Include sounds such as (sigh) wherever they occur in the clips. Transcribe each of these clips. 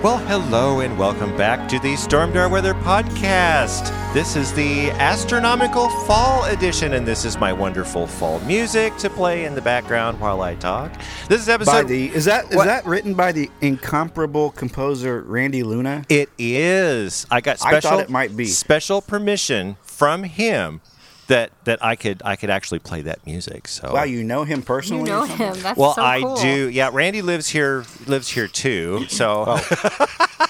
Well, hello and welcome back to the Stormdar Weather Podcast. This is the astronomical fall edition, and this is my wonderful fall music to play in the background while I talk. This is by episode. the is that is What? that written by the incomparable composer Randy Luna? it is. I got I thought special. it might be. special permission from him that that I could I could actually play that music. So Wow, you know him You personally? know or something? him. That's well, so I cool. do. Yeah, Randy lives here. Lives here too. So,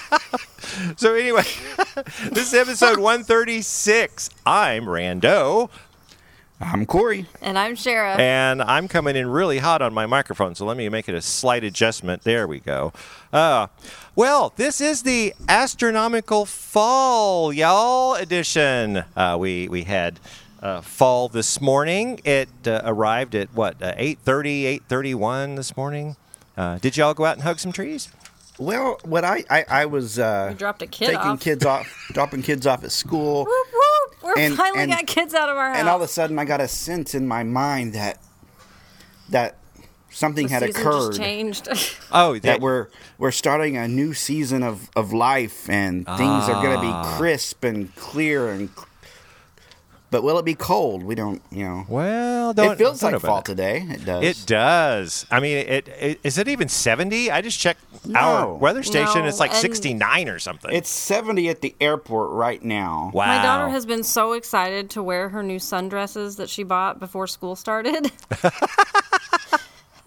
(laughs) so anyway, (laughs) this is episode one thirty six. I'm Rando, I'm Corey. And I'm Shara. and I'm coming in really hot on my microphone. So let me make it a slight adjustment. There we go. Uh, well, this is the astronomical fall y'all edition. Uh, we we had. Uh, fall this morning. It uh, arrived at what uh, 8:30, 8:31 this morning. Uh, did y'all go out and hug some trees? Well, what I I, I was uh, we dropped a kid taking off. kids (laughs) off, dropping kids off at school, Whoop, whoop. We're And- finally and- got kids out of our house. and all of a sudden I got a sense in my mind that that something The had season occurred. Just changed. (laughs) Oh, that, That we're we're starting a new season of, of life and things are going to Ah. be crisp and clear and but will it be cold? We don't, you know. well. Don't, It feels don't like know fall about that. today. It does. It does. I mean, it, it is it even seventy? I just checked our No. weather station. it's No, like and- sixty nine or something. It's 70 at the airport right now. wow. My daughter has been so excited to wear her new sundresses that she bought before school started. (laughs)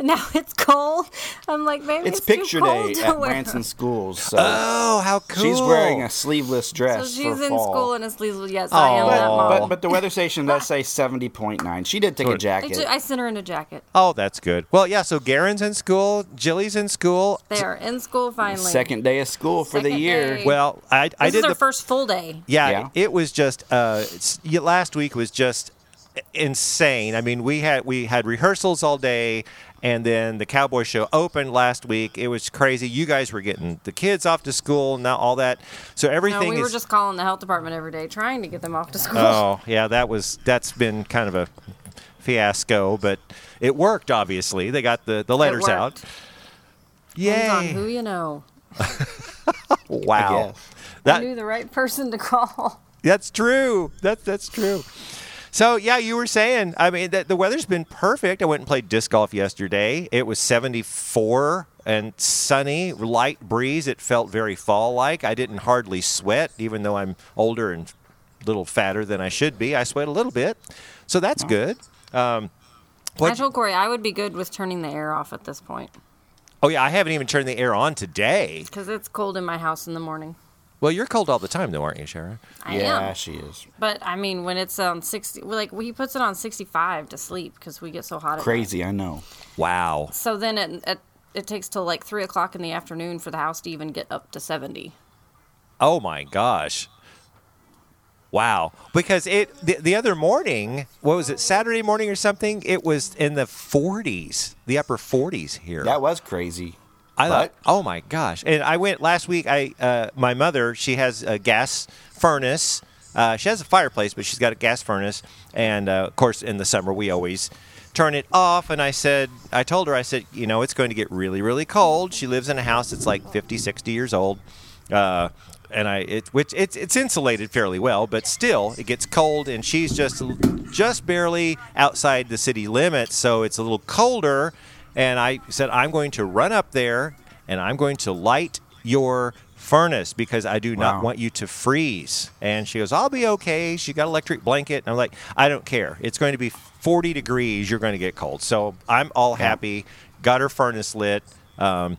now it's cold. I'm like, baby, It's it's, picture too cold day to at wear. Branson schools, so Oh, how cool! she's wearing a sleeveless So dress she's for in fall. school and is sleeves. Yes, I Aw. am but, that mom. but, but the weather station does say 70.9. She did take a I, jacket. ju- I sent her in a jacket. Oh, that's good. Well, yeah. So Garen's in school. Jilly's in school. They are in school finally. Second day of school for the Second year. day. Well, I I did This is their the first full day. Yeah, Yeah. it was just uh, it's- y- last week was just insane. I mean, we had we had rehearsals all day, and then the cowboy show opened last week. It was crazy. You guys were getting the kids off to school, now all that. So No, everything we is. were just calling the health department every day, trying to get them off to (laughs) school. (laughs) oh yeah, that was that's been kind of a fiasco, but it worked. Obviously, they got the the letters worked. out. Depends on who Yay! you know. I Wow, guess. I that knew the right person to call. That's true. That's that's true. So yeah, you were saying. I mean, that the weather's been perfect. I went and played disc golf yesterday. It was 74 and sunny, light breeze. It felt very fall-like. I didn't hardly sweat, even though I'm older and a little fatter than I should be. I sweat a little bit, so that's good. (laughs) Um, What- I told Corey I would be good with turning the air off at this point Oh yeah, I haven't even turned the air on today. because it's cold in my house in the morning. Well, you're cold all the time, though, aren't you, Sharon? I yeah, am, she is. but I mean when it's on sixty, well, like he puts it on sixty-five to sleep because we get so hot. at night. Crazy, I know. Wow. So then it, it it takes till like three o'clock in the afternoon for the house to even get up to seventy. Oh my gosh. Wow. Because it the, the other morning, what was it, Saturday morning or something, it was in the 40s, the upper 40s here. That was crazy. I thought, but- oh my gosh. And I went last week, I uh, my mother, she has a gas furnace. Uh, she has a fireplace, but she's got a gas furnace. And uh, of course, in the summer, we always turn it off. And I said, I told her, I said, you know, it's going to get really, really cold. She lives in a house that's like 50, 60 years old uh, and I it which it's it's insulated fairly well, but still it gets cold, and she's just just barely outside the city limits, so it's a little colder. And I said I'm going to run up there, and I'm going to light your furnace because I do not Wow. want you to freeze. And she goes, I'll be okay. She got an electric blanket, and I'm like, I don't care. It's going to be 40 degrees. You're going to get cold, so I'm all happy. got her furnace lit. Um,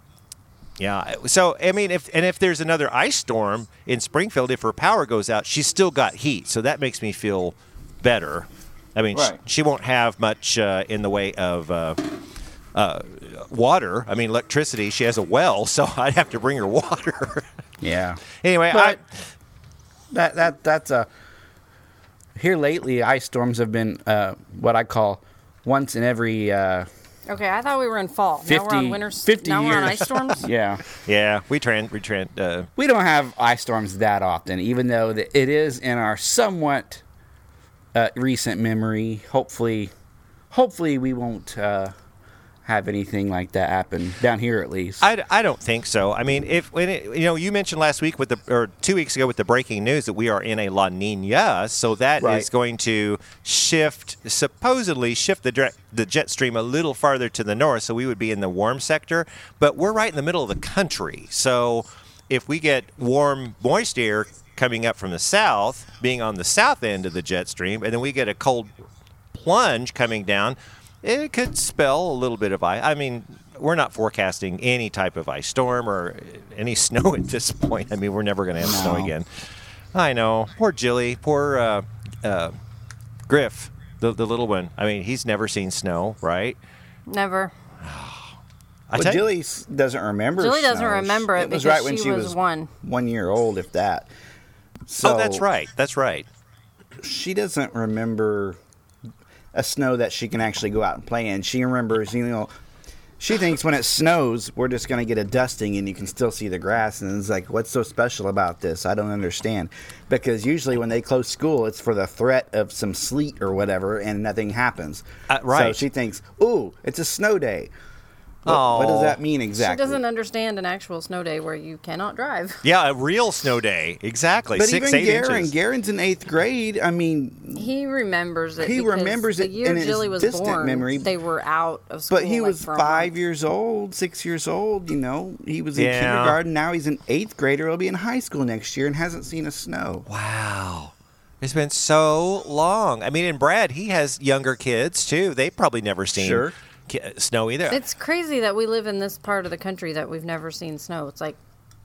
yeah. So I mean, if and if there's another ice storm in Springfield, if her power goes out, she's still got heat. So that makes me feel better. I mean, Right. she, she won't have much uh, in the way of uh, uh, water. I mean, electricity. She has a well, so (laughs) I'd have to bring her water. (laughs) Yeah. anyway, But I, that that that's a here lately ice storms have been uh, what I call once in every uh, Okay, I thought we were in fall. now we're 50 on winter. s- 50 now we're on years. ice storms. yeah (laughs) yeah, we tran we tran uh, we don't have ice storms that often even though that it is in our somewhat uh, recent memory hopefully hopefully we won't uh, have anything like that happen down here at least I, I don't think so. I mean, if when it, you know, you mentioned last week with the or two weeks ago with the breaking news that we are in a La Nina, so that is Right. going to shift supposedly shift the direct, the jet stream a little farther to the north, so we would be in the warm sector. But we're right in the middle of the country, so if we get warm, moist air coming up from the south, being on the south end of the jet stream, and then we get a cold plunge coming down, it could spell a little bit of ice. I mean, we're not forecasting any type of ice storm or any (laughs) snow at this point. I mean, we're never going to have snow No. again. I know. Poor Jilly. Poor uh, uh, Griff, the, the little one. I mean, he's never seen snow, right? Never. I But tell you- Jilly s- doesn't remember. Jilly doesn't snows. remember it was because right when she she, was one. one year old, if that. So oh, that's right. That's right. She doesn't remember a snow that she can actually go out and play in. She remembers, you know, she thinks when it snows, we're just going to get a dusting and you can still see the grass. And it's like, what's so special about this? I don't understand. Because usually when they close school, it's for the threat of some sleet or whatever, and nothing happens. Uh, right. So she thinks, ooh, it's a snow day. What, what Aw. does that mean She exactly? doesn't understand an actual snow day where you cannot drive. (laughs) Yeah, a real snow day. Exactly. But Six, even eight Garen, inches. Garen's in eighth grade. I mean, He remembers it. He because remembers the it year in his Jilly was distant born. memory. They were out of school. but he like, was for a five month. years old, six years old. You know, he was in Yeah. kindergarten. Now he's an eighth grader. He'll be in high school next year and hasn't seen a snow. Wow. It's been so long. I mean, and Brad, he has younger kids too. They've probably never seen Sure. ki- snow either. It's crazy that we live in this part of the country that we've never seen snow. It's like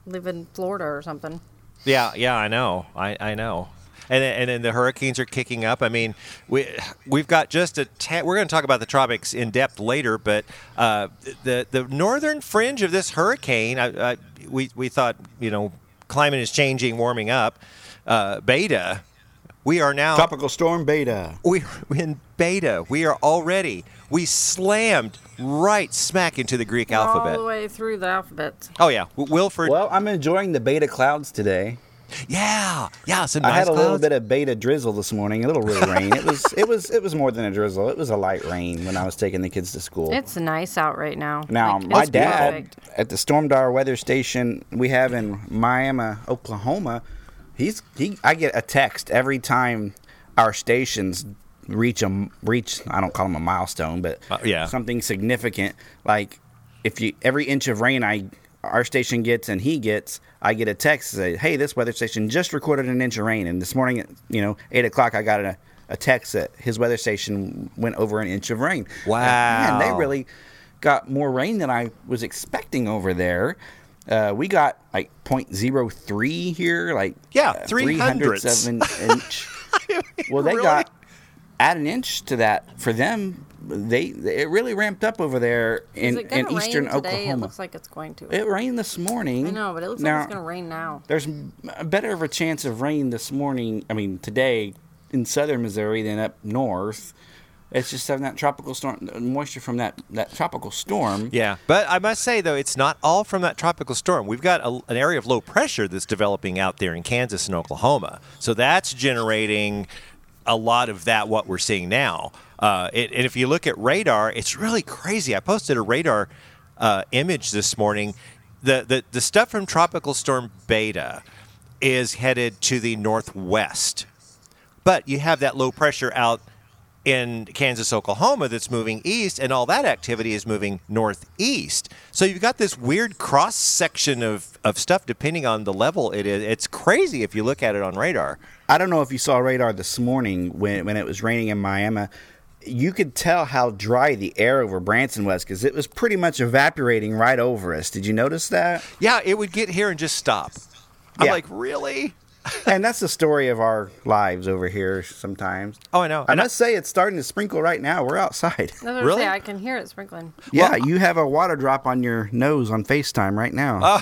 live in Florida or something. yeah, yeah, I know. I, I know. And then, and then the hurricanes are kicking up. I mean, we we've got just a ta- we're going to talk about the tropics in depth later, but uh, the the northern fringe of this hurricane, I, I, we we thought you know climate is changing, warming up, uh, beta. We are now Tropical storm beta. We're in beta. We are already. We slammed right smack into the Greek All the alphabet. way through the alphabet. Oh yeah, W- Wilford. Well, I'm enjoying the beta clouds today. Yeah, yeah. Some I nice had a little clouds. bit of beta drizzle this morning, a little real rain. It was it was it was more than a drizzle. It was a light rain when I was taking the kids to school. It's nice out right now. Now, Like, my it's dad perfect. at the Stormdar weather station we have in Miami, Oklahoma, he's he. I get a text every time our stations reach a reach. I don't call them a milestone, but Uh, yeah. something significant. Like if you every inch of rain I our station gets and he gets, I get a text that say, "Hey, this weather station just recorded an inch of rain." And this morning, at, you know, eight o'clock, I got a, a text that his weather station went over an inch of rain. Man, they Wow. really got more rain than I was expecting over there. Uh, we got like 0.03 here, like Yeah, uh, three hundredths. of an (laughs) inch. well, they Really? got add an inch to that for them. They, they- it really ramped up over there Is in, it gonna in eastern rain today? It Oklahoma. looks like it's going to. it rained this morning. I know, but it looks now, like it's going to rain now. There's m- a better of a chance of rain this morning. I mean, today in southern Missouri than up north. It's just having that tropical storm uh, moisture from that, that tropical storm. Yeah, Mm-hmm. but I must say though, it's not all from that tropical storm. We've got a, an area of low pressure that's developing out there in Kansas and Oklahoma, so that's generating a lot of that what we're seeing now. Uh, it, and if you look at radar, it's really crazy. I posted a radar uh, image this morning. The, the the stuff from tropical storm Beta is headed to the northwest but you have that low pressure out in Kansas, Oklahoma that's moving east, and all that activity is moving northeast. So you've got this weird cross section of, of stuff depending on the level it is. It's crazy if you look at it on radar. I don't know if you saw radar this morning when when it was raining in Miami. you could tell how dry the air over Branson was because it was pretty much evaporating right over us. Did you notice (laughs) that? Yeah, it would get here and just stop. I'm Yeah. like, really? and that's the story of our lives over here sometimes. Oh, I know. I And I- must say, it's starting to sprinkle right now. We're (laughs) outside. Another Really? say I can hear it sprinkling. Yeah, you have a water drop on your nose on FaceTime right now.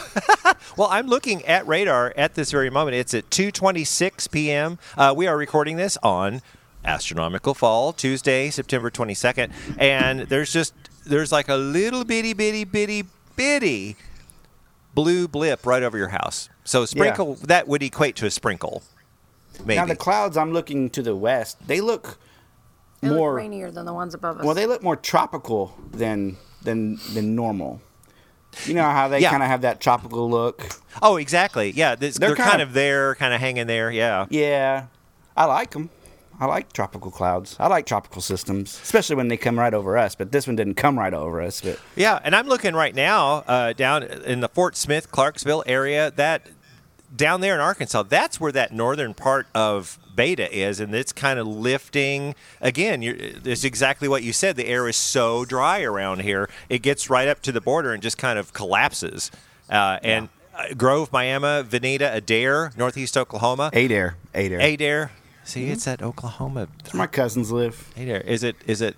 Well, I'm looking at radar at this very moment. It's at 2:26 p.m. Uh, we are recording this on astronomical fall Tuesday, September 22nd, and there's just there's like a little bitty bitty bitty bitty blue blip right over your house. So sprinkle that would equate to a sprinkle. Maybe. now the clouds I'm looking to the west, they look It more looked rainier than the ones above us. well, they look more tropical than than than normal. You know how they Yeah. kind of have that tropical look. oh, exactly. Yeah, this, they're, They're kind, kind of, of- there, kind of hanging there. Yeah. Yeah, I like them. I like tropical clouds. I like tropical systems, especially when they come right over us. But this one didn't come right over us. But Yeah, and I'm looking right now uh, down in the Fort Smith, Clarksville area. That down there in Arkansas, that's where that northern part of Beta is, and it's kind of lifting again. You're, it's exactly what you said. The air is so dry around here; it gets right up to the border and just kind of collapses. Uh, and uh, Grove, Miami, Veneta, Adair, Northeast Oklahoma, Adair, Adair, Adair. See, it's that Oklahoma. where my cousins live. Adair. Is it is it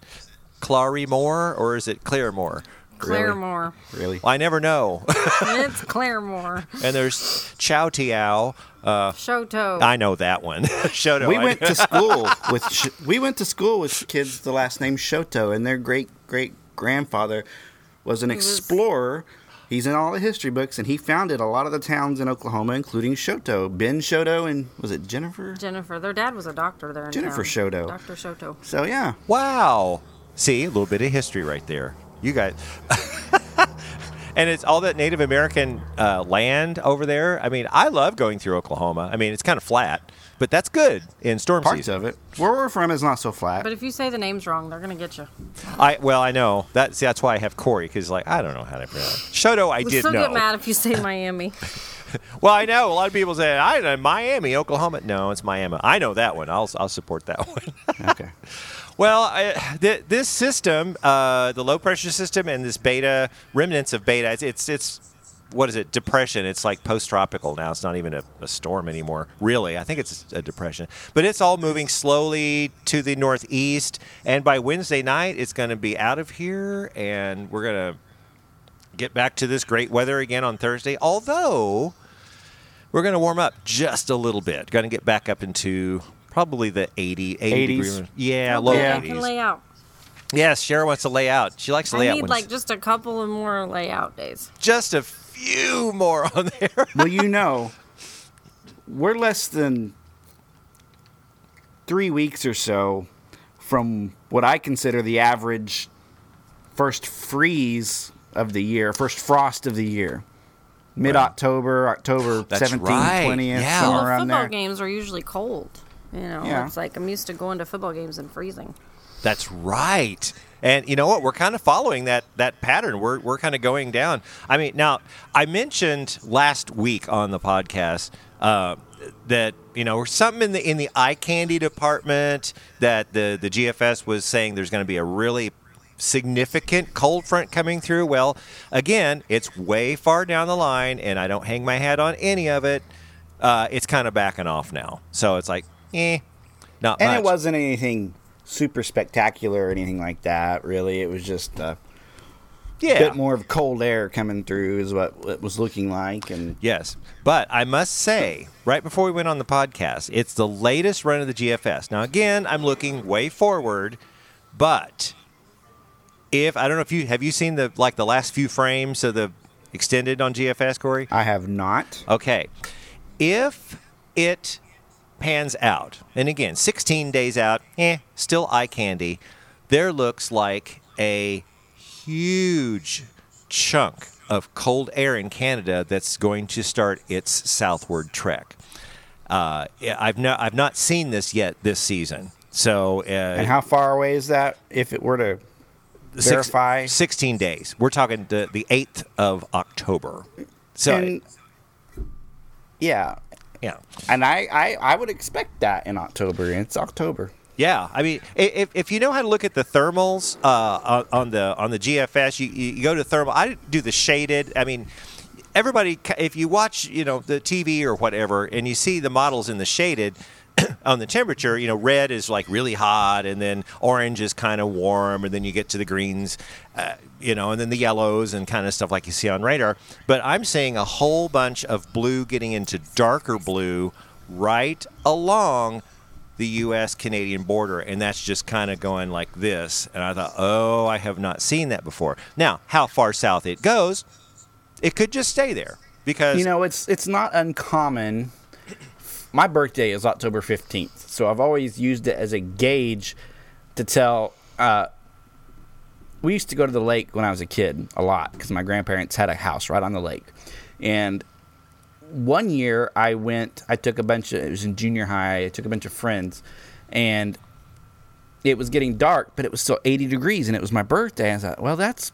Clarymore or is it Claremore? Claremore. Really? Well, I never know. it's Claremore. and there's Chow Tiao. Uh, Shoto. I know that one. (laughs) Shoto. we I- went to school with sh- we went to school with kids the last name Shoto, and their great great grandfather was an was- explorer. He's in all the history books, and he founded a lot of the towns in Oklahoma, including Shoto, Ben Shoto, and was it Jennifer? Jennifer. Their dad was a doctor there in Jennifer town. Shoto. Dr. Shoto. So yeah, (laughs) Wow. See, a little bit of history right there. You guys. (laughs) and it's all that Native American uh, land over there. I mean, I love going through Oklahoma. I mean, it's kind of flat, but that's good in storm parts season. of it. Where we're from is not so flat. But if you say the names wrong, they're gonna get you. I well, I know that. See, that's why I have Corey because like I don't know how to pronounce it. Shoto. I We'll did still know. get mad if you say (laughs) Miami. Well, I know a lot of people say I know Miami, Oklahoma. No, it's Miami. I know that one. I'll I'll support that (laughs) one. okay. Well, I, th- this system, uh, the low pressure system, and this beta remnants of beta, it's it's, it's what is it? Depression. It's like post tropical now. It's not even a, a storm anymore. Really, I think it's a depression. But it's all moving slowly to the northeast, and by Wednesday night, it's going to be out of here, and we're going to get back to this great weather again on Thursday. Although we're going to warm up just a little bit. Going to get back up into probably the 80, 80 80s. degree- Yeah, low Okay, I 80s. can lay out. Yes, Shara wants to lay out. She likes to I lay need out like ones. just a couple of more layout days. Just a few more (laughs) on there. Well, you know, we're less than three weeks or so from what I consider the average first freeze of the year, first frost of the year. Mid October, October That's 17th, right. 20th, Yeah. somewhere Well, Well, around football there. games are usually cold. You know, Yeah. it's like I'm used to going to football games and freezing. That's right. And you know what? We're kind of following that that pattern. We're we're kind of going down. I mean, now I mentioned last week on the podcast uh, that you know something in the in the eye candy department that the the GFS was saying there's going to be a really significant cold front coming through. Well, again, it's way far down the line, and I don't hang my hat on any of it. Uh, it's kind of backing off now, so it's like, eh, not And much. it wasn't anything super spectacular or anything like that, really. It was just a yeah. bit more of cold air coming through, is what it was looking like. And Yes. But I must say, right before we went on the podcast, it's the latest run of the GFS. Now, again, I'm looking way forward, but if I don't know if you have you seen the like the last few frames of the extended on GFS, Corey? I have not. Okay. If it pans out, and again, 16 days out, eh, still eye candy, there looks like a huge chunk of cold air in Canada that's going to start its southward trek. Uh, yeah, I've not I've not seen this yet this season. So uh, And how far away is that if it were to six- verify? 16 days. We're talking the, the 8th of October. So And- yeah. yeah. And I, I, I would expect that in October. and It's October. Yeah, I mean, i- if, if you know how to look at the thermals uh, on- on the on the GFS, you, you you go to thermal. I do the shaded. I mean, everybody, ca- if you watch, you know, the TV or whatever, and you see the models in the shaded. (clears throat) on the temperature, you know, red is like really hot, and then orange is kind of warm, and then you get to the greens, uh, you know, and then the yellows and kind of stuff like you see on radar. But I'm seeing a whole bunch of blue getting into darker blue right along the U.S. Canadian border, and that's just kind of going like this. And I thought, oh, I have not seen that before. Now, how far south it goes, it could just stay there because You know, it's it's not uncommon. My birthday is October fifteenth, so I've always used it as a gauge to tell. Uh, we used to go to the lake when I was a kid a lot because my grandparents had a house right on the lake, and one year I went. I took a bunch of. It was in junior high. I took a bunch of friends, and it was getting dark, but it was still eighty degrees, and it was my birthday. And I thought, well, that's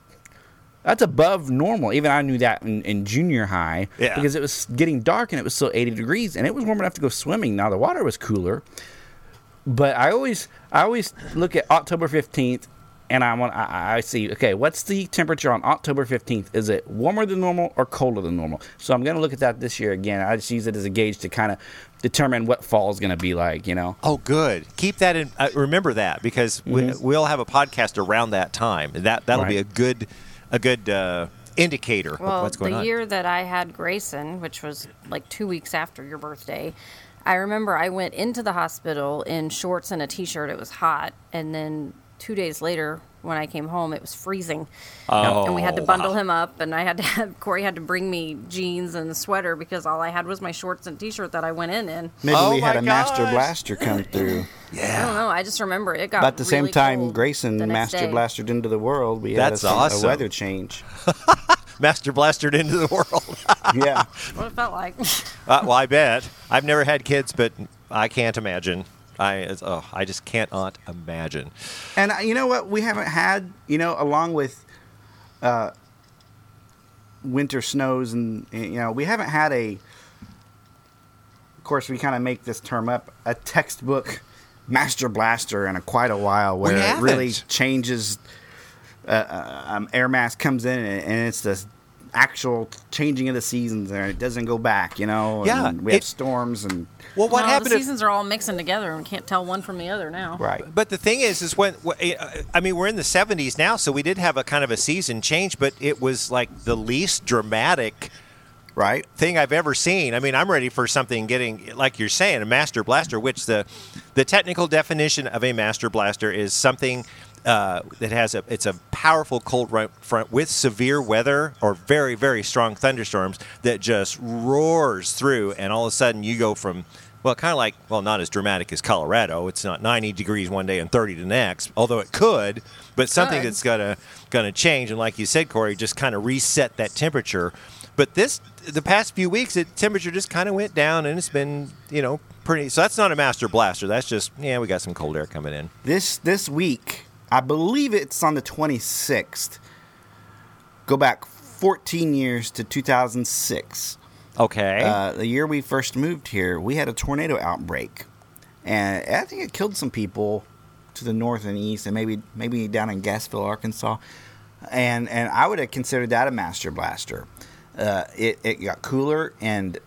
that's above normal. Even I knew that in, in junior high Yeah. because it was getting dark and it was still 80 degrees and it was warm enough to go swimming. Now the water was cooler, but I always I always look at October 15th and I want I, I see okay what's the temperature on October 15th? Is it warmer than normal or colder than normal? So I'm gonna look at that this year again. I just use it as a gauge to kind of determine what fall is gonna be like. You know. Oh, good. Keep that in. Uh, remember that because we, we'll have a podcast around that time. That that'll be a Mm-hmm. Right. good, a good uh, indicator Well, of what's going the on. year that I had Grayson, which was like two weeks after your birthday, I remember I went into the hospital in shorts and a t-shirt. It was hot, and then two days later, when I came home, it was freezing, Oh, and we had to bundle wow. him up. And I had to have Corey had to bring me jeans and a sweater because all I had was my shorts and t-shirt that I went in in. Maybe Oh we had my a master gosh. (clears throat) blaster come through. I don't Yeah, know. I just remember it got. About the same really time cold Grayson the next master day. blastered into the world, we That's had a, awesome. a weather change. Oh. master blastered into the (laughs) world. (laughs) yeah. What it felt like. Uh, well, I bet. I've never had kids, but I can't imagine. I it's- oh, I just can't not imagine. And uh, you know what? We haven't had, you know, along with uh, winter snows and, and, you know, we haven't had a, of course, we kind of make this term up, a textbook master blaster in a, quite a while where it really haven't. changes. Uh, uh, um, air mass comes in and, and it's this actual changing of the seasons and it doesn't go back, you know? Yeah, And we have it- storms and. Well, what No, happened? The if- seasons are all mixing together, and we can't tell one from the other now. Right. But the thing is, is when wh- uh, I mean, we're in the '70s now, so we did have a kind of a season change, but it was like the least dramatic Right. thing I've ever seen. I mean, I'm ready for something getting like you're saying a master blaster, which the the technical definition of a master blaster is something uh, that has a it's a powerful cold ru- front with severe weather or very very strong thunderstorms that just roars through, and all of a sudden you go from well, kind of like well, not as dramatic as Colorado. It's not 90 degrees one day and 30 the next, although it could. But something Could. that's gonna gonna change, and like you said, Corey, just kind of reset that temperature. But this, the past few weeks, the temperature just kind of went down, and it's been, you know, pretty. So that's not a master blaster. That's just, yeah, we got some cold air coming in. this this week i believe it's on the 26th go back 14 years to 2006 Okay. uh, the year we first moved here we had a tornado outbreak and i think it killed some people to the north and east and maybe maybe down in gasville arkansas and and i would have considered that a master blaster uh, it, it got cooler and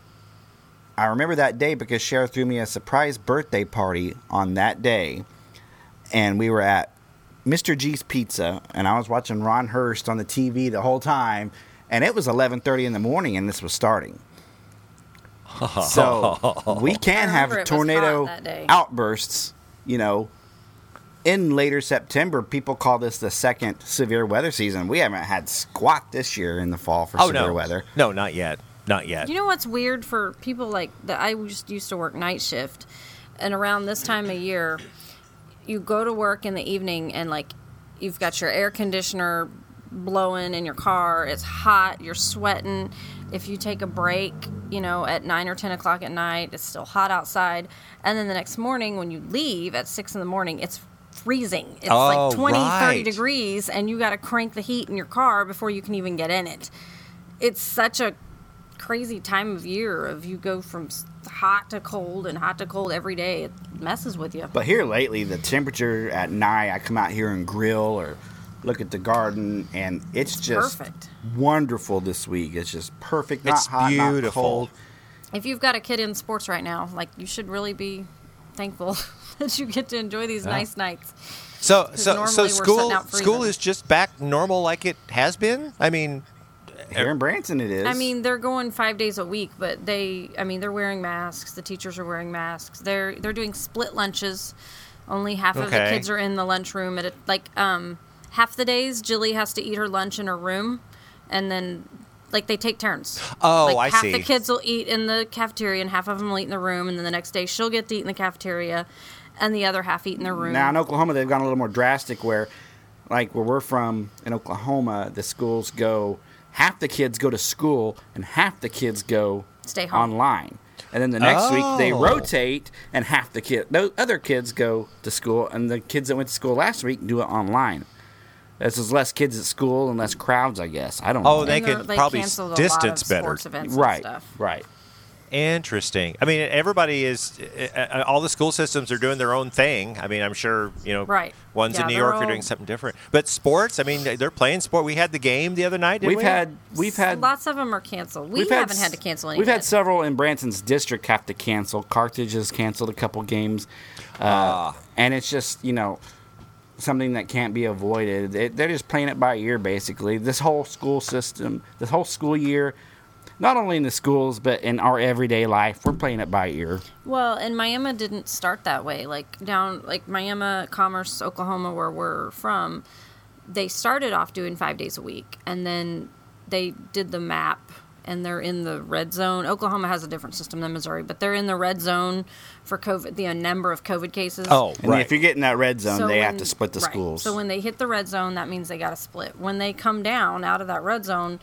i remember that day because Cher threw me a surprise birthday party on that day and we were at Mr. G's Pizza, and I was watching Ron Hurst on the TV the whole time, and it was 11:30 in the morning, and this (laughs) was starting. So we can I have remember it was tornado hot that day. outbursts, you know. In later September, people call this the second severe weather season. We haven't had squat this year in the fall for oh severe no, weather. no, not yet, not yet. You know what's weird for people like that? I just used to work night shift, and around this time of year, you go to work in the evening and like you've got your air conditioner blowing in your car. It's hot. You're sweating. If you take a break, you know, at nine or ten o'clock at night, it's still hot outside. And then the next morning, when you leave at six in the morning, it's freezing. It's Oh, like 20, 30 right. degrees, and you got to crank the heat in your car before you can even get in it. It's such a crazy time of year of you go from s- hot to cold and hot to cold every day. It messes with you. But here lately, the temperature at night, I come out here and grill or look at the garden, and it's, just perfect. wonderful this week. It's just perfect. Not It's hot, not beautiful. cold. if you've got a kid in sports right now, like you should really be thankful (laughs) that you get to enjoy these nice nights. So so normally so we're sitting school out freezing. school is just back normal like it has been. I mean, Here in Branson, it is. I mean, they're going five days a week, but they, I mean, they're wearing masks. The teachers are wearing masks. They're they're doing split lunches. Only half of the Okay. kids are in the lunchroom. At a, like um, half the days, Jilly has to eat her lunch in her room, and then like they take turns. Oh, like, I half see. the kids will eat in the cafeteria, and half of them will eat in the room, and then the next day she'll get to eat in the cafeteria, and the other half eat in the room. Now in Oklahoma, they've gone a little more drastic where, like where we're from in Oklahoma, the schools go half the kids go to school and half the kids go Stay home. online. And then the next week they Oh. rotate, and half the kid, those other kids go to school, and the kids that went to school last week do it online. This is less kids at school and less crowds, I guess. I don't Oh, know. they- And they're- could probably canceled a distance lot of better. sports events and right, stuff. right. interesting. I mean, everybody is uh, uh, all the school systems are doing their own thing. I mean, I'm sure, you know, Right. ones Yeah, in New they're York are all- doing something different. But sports, I mean, they're playing sport. We had the game the other night, didn't We've we? had we've had lots of them are canceled. We We've haven't s- had, to cancel any. We've had yet. several in Branson's district have to cancel. Carthage has canceled a couple games, uh, and it's just you know something that can't be avoided. It, they're just playing it by ear, basically. This whole school system, this whole school year, not only in the schools but in our everyday life, we're playing it by ear. Well, and Miami didn't start that way. Like down, like Miami, Commerce, Oklahoma, where we're from, they started off doing five days a week, and then they did the map, and they're in the red zone. Oklahoma has a different system than Missouri, but they're in the red zone for COVID, the number of COVID cases. Oh, And right. if you get in that red zone, they have when- to split the right. schools. So when they hit the red zone, that means they got to split. When they come down out of that red zone,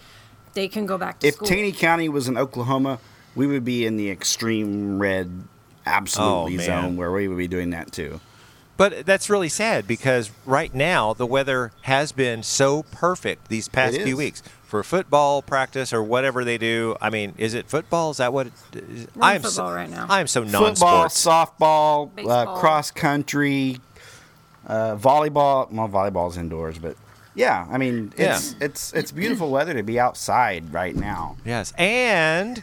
they can go back to if school. Taney County was in Oklahoma, we would be in the extreme red, absolutely Oh, man. zone where we would be doing that too. But that's really sad because right now the weather has been so perfect these past It few is. weeks for football practice or whatever they do. I mean, is it football? Is that what? It is? We're in I'm so, football right now. I'm so football, non-sports. softball, uh, Baseball. cross country, uh, volleyball. Well, volleyball's indoors, but yeah, I mean, it's it's it's beautiful weather to be outside right now. Yes, and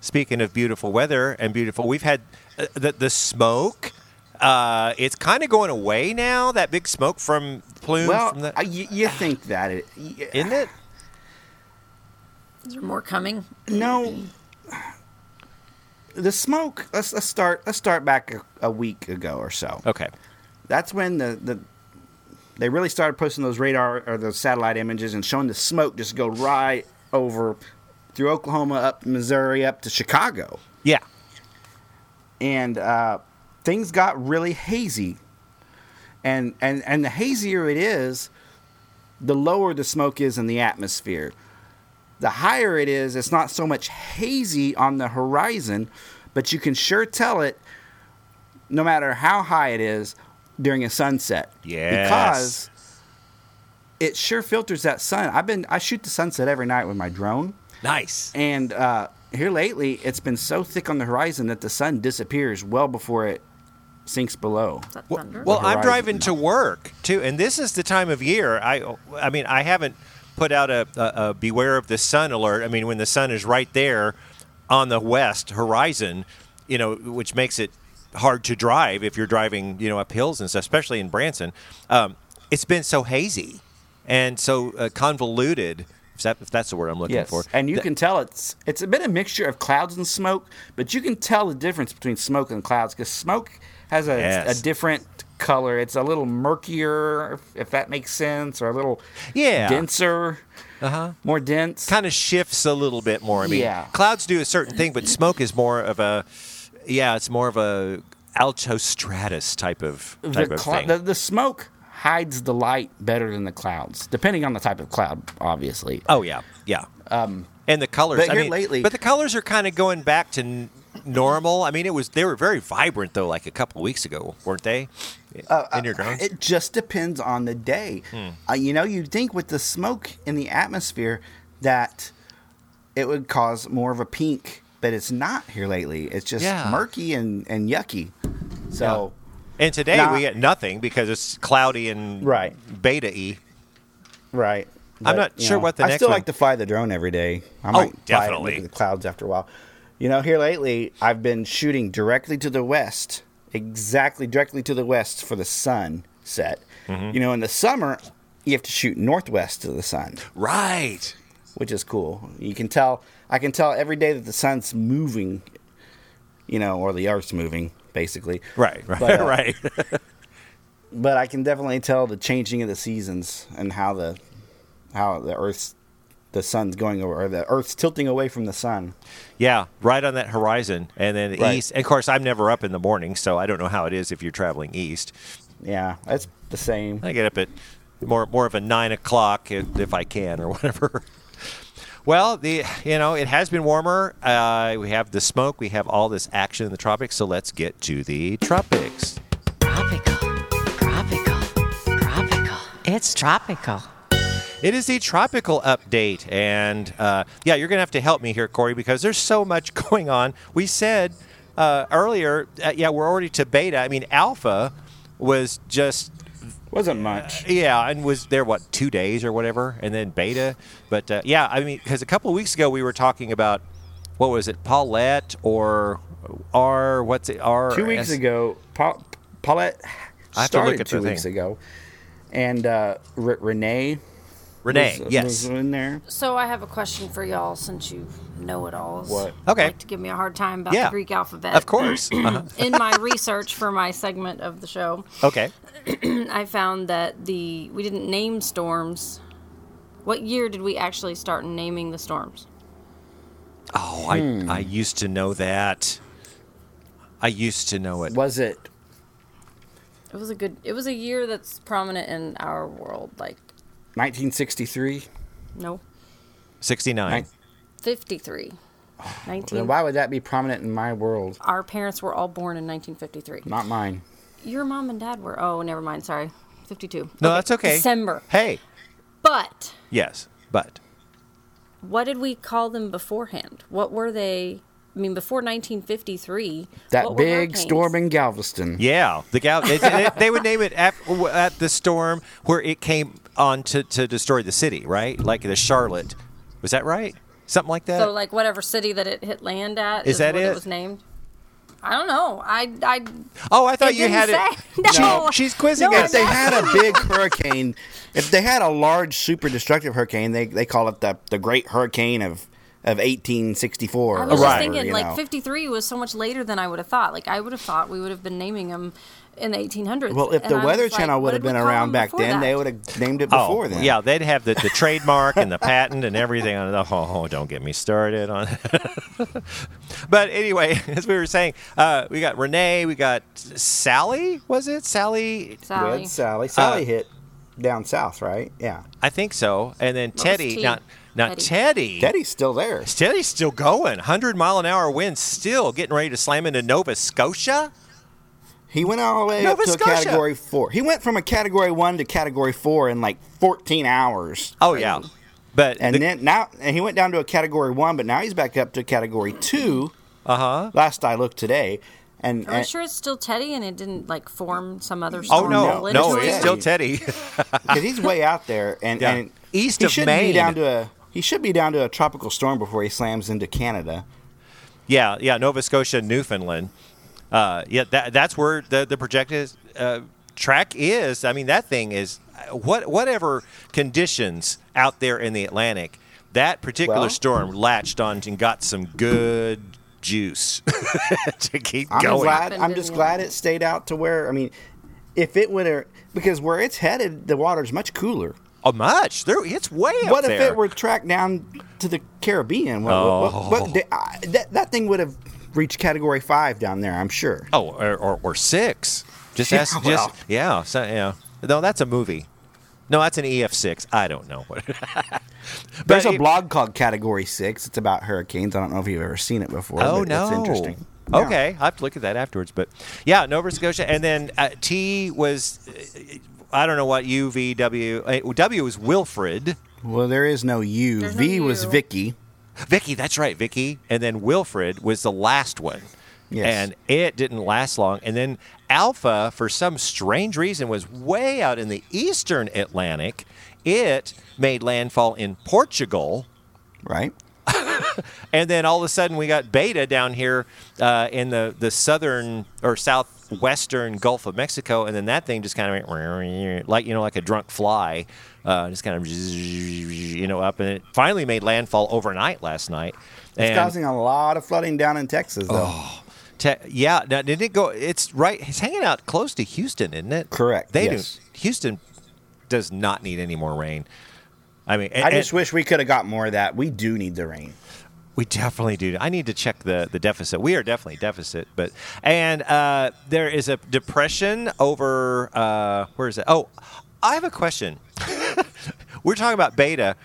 speaking of beautiful weather and beautiful, we've had uh, the the smoke. Uh, it's kind of going away now. That big smoke from plume Well, from the, uh, you, you think that it? y- isn't it? Is there more coming? No, the smoke. Let's let's start let's start back a, a week ago or so. Okay. That's when the the. They really started posting those radar or those satellite images and showing the smoke just go right over through Oklahoma, up to Missouri, up to Chicago. Yeah. and uh, things got really hazy. And and and the hazier it is, the lower the smoke is in the atmosphere. The higher it is, it's not so much hazy on the horizon, but you can sure tell it no matter how high it is during a sunset. Yes. Because it sure filters that sun. I've been I shoot the sunset every night with my drone. Nice. And uh, here lately, it's been so thick on the horizon that the sun disappears well before it sinks below. Is that Well, thunder? well, I'm Horizon. driving to work too, and this is the time of year. I, I mean, I haven't put out a, a, a beware of the sun alert. I mean, when the sun is right there on the west horizon, you know, which makes it hard to drive if you're driving, you know, up hills and stuff, especially in Branson. Um, it's been so hazy and so uh, convoluted. If, that, if that's the word I'm looking for, and you Th- can tell it's it's a bit a mixture of clouds and smoke, but you can tell the difference between smoke and clouds because smoke has a, Yes. a different color. It's a little murkier, if, if that makes sense, or a little Yeah. denser, uh-huh. more dense. kind of shifts a little bit more. I mean, Yeah. clouds do a certain thing, but smoke is more of a, yeah, it's more of a altostratus type of type the, of cl- thing. the, the smoke hides the light better than the clouds, depending on the type of cloud, obviously. oh yeah, yeah. Um, and the colors. but I here mean, lately- but the colors are kind of going back to n- normal. I mean, it was they were very vibrant though, like a couple weeks ago, weren't they? In your drawings. Uh, It just depends on the Hmm. day. Uh, you know, you'd think with the smoke in the atmosphere that it would cause more of a pink, but it's not here lately. It's just Yeah. murky and, and yucky. So, And today Nah. we get nothing because it's cloudy and Right. beta e. right. I'm not you sure what the I next still one- Oh, like to fly the drone every day. I might fly it definitely. into the clouds after a while. You know, here lately, I've been shooting directly to the west, exactly directly to the west for the sunset. Mm-hmm. You know, in the summer, you have to shoot northwest to the sun. Right. which is cool. You can tell I can tell every day that the sun's moving, you know, or the earth's moving basically. Right. (laughs) Right. But, uh, right. But I can definitely tell the changing of the seasons and how the how the earth's the sun's going over or the earth's tilting away from the sun. yeah. Right on that horizon, and then the Right. east. And of course, I'm never up in the morning, so I don't know how it is if you're traveling east. Yeah, it's the same. I get up at more more of a nine o'clock if, if I can or (laughs) whatever. Well, the you know it has been warmer. Uh, we have the smoke. We have all this action in the tropics. So let's get to the tropics. Tropical. Tropical. Tropical. It's tropical. It is the tropical update, and uh, yeah, you're gonna have to help me here, Corey, because there's so much (laughs) going on. We said uh, earlier, uh, yeah, we're already to beta. I mean, alpha was just Wasn't much. Yeah, and was there what two days or whatever, and then beta. But uh, yeah, I mean, because a couple of weeks ago we were talking about what was it, Paulette or R? What's it? R? Two weeks S- ago, Paul, Paulette I have to look started at two the weeks thing. ago, and uh, R- Renee. Renee. was- was yes. in there. So I have a question for y'all since you know it all. What? Okay. Like to give me a hard time about Yeah. the Greek alphabet. Of course. Uh-huh. (laughs) In my research for my segment of the show, Okay. I found that the we didn't name storms. What year did we actually start naming the storms? Oh, I Hmm. I used to know that. I used to know it. Was it It was a good. It was a year that's prominent in our world. Like 1963? no, Sixty nine. Right. fifty three. Then 19 why would that be prominent in my world, Our parents were all born in 1953. not mine? Your mom and dad were. Oh, never mind. Sorry. 52. No, that's okay. December. Hey. But Yes, but what did we call them beforehand? What were they? I mean, before 1953, That what were big hurricanes? storm in Galveston. Yeah, the gal. They, they, they would name it at, at the storm where it came on to, to destroy the city, right? Like the Charlotte. Was that right? Something like that. So, like whatever city that it hit land at Is is, that what it? it was named. I don't know. I I oh, I thought it you had didn't it. say. (laughs) No. She- she's quizzing No, us. If they had a big hurricane, if they had a large, super destructive hurricane, they, they call it the, the Great Hurricane of, of 1864. I or Right. was just whatever, thinking you like know. 53 was so much later than I would have thought. Like I would have thought we would have been naming them in the 1800s. Well, if And the I was Weather like, Channel what would have did we been call around them back before then, that? they would have named it Oh, before then. yeah, they'd have the, the trademark and the patent and everything on it. Oh, don't get me started on (laughs) But anyway, (laughs) as we were saying, uh, we got Renee, we got Sally, was it? Sally? Sally. Red Uh, Sally. Sally hit down south, right? Yeah. I think so. And then was Teddy, T? not, not Teddy. Teddy's still there. Steady's still going. 100 mile an hour winds still getting ready to slam into Nova Scotia. He went all the way Nova up to a Scotia. category four. He went from a category one to category four in like 14 hours. Oh, yeah. But And the- then now and he went down to a category one, but now he's back up to a category two. Uh-huh. Uh huh. Last I looked today, and, Are we and- Oh, sure it's still Teddy and it didn't like form some other oh, storm? no. that No, literally- it's still Teddy. (laughs) 'cause he's way out there, and, Yeah. and East he of should Maine. be down to a he should be down to a tropical storm before he slams into Canada. yeah, yeah. Nova Scotia, Newfoundland. Uh, yeah, that, that's where the, the projected uh, track is. I mean, that thing is what whatever conditions out there in the Atlantic, that particular Well- storm latched on and got some good juice (laughs) to keep I'm going. glad. Happened I'm in just the glad it stayed out to where I mean, if it would have because where it's headed, the water's much cooler. Oh, much. There, it's way up What if there. it were tracked down to the Caribbean? What, what- what- what- Oh. th- I- that, that thing would have reached category five down there, I'm sure. Oh, or, or, or six. Just Yeah, ask. well. Just yeah. So, yeah. No, that's a movie. No, that's an EF six. I don't know what. There's a it- blog called Category Six. It's about hurricanes. I don't know if you've ever seen it before. Oh but no. it's Um, interesting. Yeah. Okay, I will have to look at that afterwards. But yeah, Nova Scotia, and then uh, T was. uh, I don't know what U V W uh, W was Wilfred. Well, there is no U. There's no v was U. Vicky. Vicky, that's right, Vicky. And then Wilfred was the last one. Yes. And it didn't last long. And then Alpha, for some strange reason, was way out in the eastern Atlantic. It made landfall in Portugal. right? And then all of a sudden, we got Beta down here uh, in the, the southern or southwestern Gulf of Mexico, and then that thing just kind of went like you know like a drunk fly, uh, just kind of you know up, and it finally made landfall overnight last night. It's And Oh. causing a lot of flooding down in Texas, though. te- yeah, now did it go? It's right. It's hanging out close to Houston, isn't it? Correct, They yes. do. Houston does not need any more rain. I mean, I and- just wish we could have got more of that. We do need the rain. We definitely do. I need to check the, the deficit. We are definitely deficit, but and uh, there is a depression over uh, where is it? Oh, I have a question. (laughs) We're talking about beta.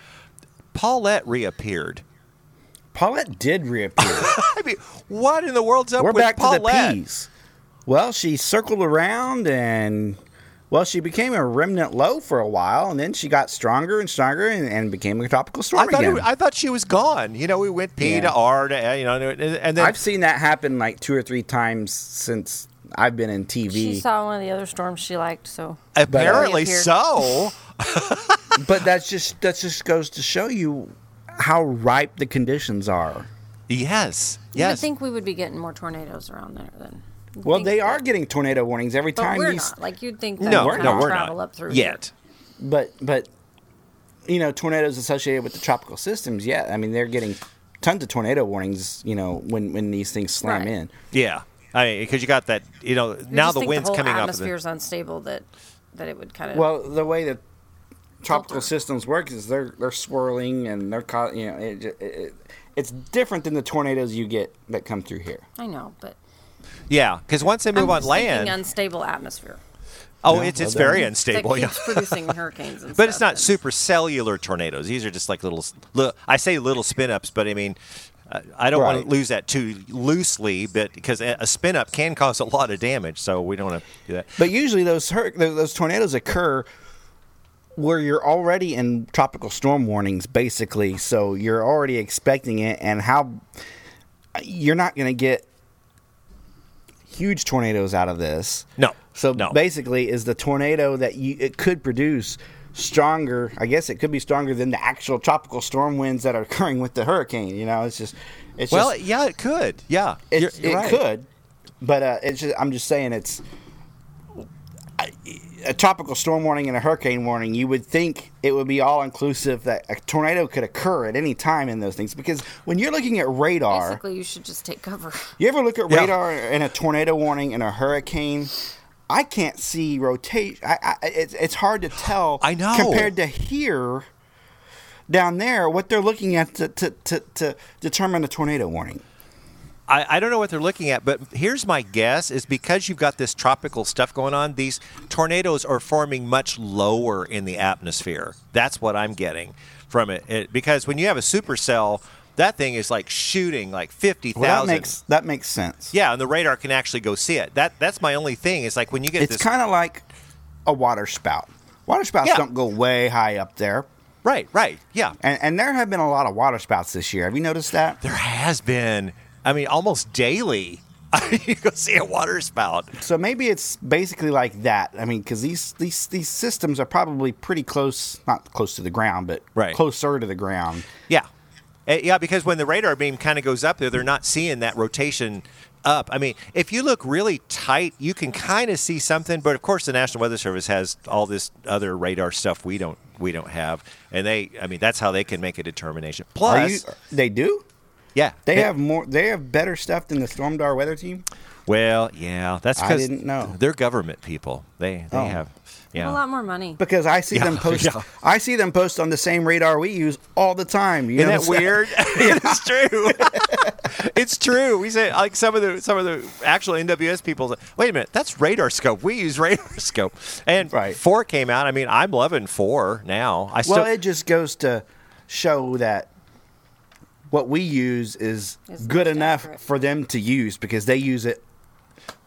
Paulette reappeared. (laughs) Paulette did reappear. I mean, what in the world's up We're with back Paulette? to the peas. Well, she circled around and well, she became a remnant low for a while, and then she got stronger and stronger and, and became a tropical I storm thought again. it, I thought she was gone. You know, we went P Yeah. to R to A, you know, and- and then I've seen that happen like two or three times since I've been in She TV. saw one of the other storms she liked, so apparently Reappeared. so. but that's just that just goes to show you how ripe the conditions are. Yes, you would yes. think we would be getting more tornadoes around there then. You'd Well, think they that- are getting tornado warnings every but time we're these not. Like you'd think that no, would no, kinda we're travel not up through yet. but but you know tornadoes associated with the tropical systems yeah i mean they're getting tons of tornado warnings you know when when these things slam Right. in Yeah, I mean, because you got that. You know, You now just the think wind's the whole coming up. atmosphere is unstable. That that it would kind of well the way that tropical Filter. systems work is they're they're swirling and they're cau- you know it, ju- it, it, it's different than the tornadoes you get that come through here I know, but Yeah, because once they move I'm on just thinking land, unstable atmosphere oh, Yeah, it's well it's done. very that unstable. Yeah. keeps producing hurricanes (laughs) and But it's stuff, not supercellular tornadoes. These are just like little, li- I say little spin ups, but I mean, uh, I don't want Right. to lose that too loosely, but because a a spin up can cause a lot of damage, so we don't want to do that. but usually those hur- those those tornadoes occur where you're already in tropical storm warnings basically so you're already expecting it and how you're not going to get huge tornadoes out of this No, so no. basically is the tornado that you it could produce stronger i guess it could be stronger than the actual tropical storm winds that are occurring with the hurricane you know it's just it's Well, just, yeah, it could. Yeah, it, You're- you're it right. could, but uh, it's just, I'm just saying it's I- a tropical storm warning and a hurricane warning. You would think it would be all inclusive that a tornado could occur at any time in those things because when you're looking at radar, Basically, you should just take cover. (laughs) you ever look at Yeah. radar and a tornado warning and a hurricane. I can't see rotation. I, I, it's, it's hard to tell. I know. Compared to here, down there, what they're looking at to, to, to, to determine a tornado warning. I, I don't know what they're looking at, but here's my guess is because you've got this tropical stuff going on, these tornadoes are forming much lower in the atmosphere. That's what I'm getting from it. It- because when you have a supercell, that thing is like shooting like 50,000. Well, that makes that makes sense. yeah, and the radar can actually go see it. That That's my only thing is like when you get it's this. kind of like a water spout. Water spouts Yeah. don't go way high up there, right, right. Yeah. and and there have been a lot of water spouts this year. Have you noticed that? There has been, I mean, almost daily, (laughs) you go see a water spout. So maybe it's basically like that. I mean, because these these these systems are probably pretty close, not close to the ground, but Right. closer to the ground. Yeah. Eh, Yeah, because when the radar beam kind of goes up there, they're not seeing that rotation up. I mean, if you look really tight, you can kind of see something, but of course the National Weather Service has all this other radar stuff we don't we don't have. And they I mean, that's how they can make a determination. Are Plus, you, they do. yeah. They have more. They have better stuff than the Stormdar weather team. Well, yeah, that's I because didn't know. they're government people. They they Oh. have yeah. A lot more money. Because I see Yeah, (laughs) them post. yeah. I see them post on the same radar we use all the time. You Isn't know that (laughs) what I'm saying? weird? it's true. (laughs) it's true. We say like some of the some of the actual NWS people. Say, Wait a minute, that's radar scope. We use (laughs) radar scope. And Right. four came out. I mean, I'm loving four now. I Well, still it just goes to show that what we use is It's good most enough accurate. for them to use because they use it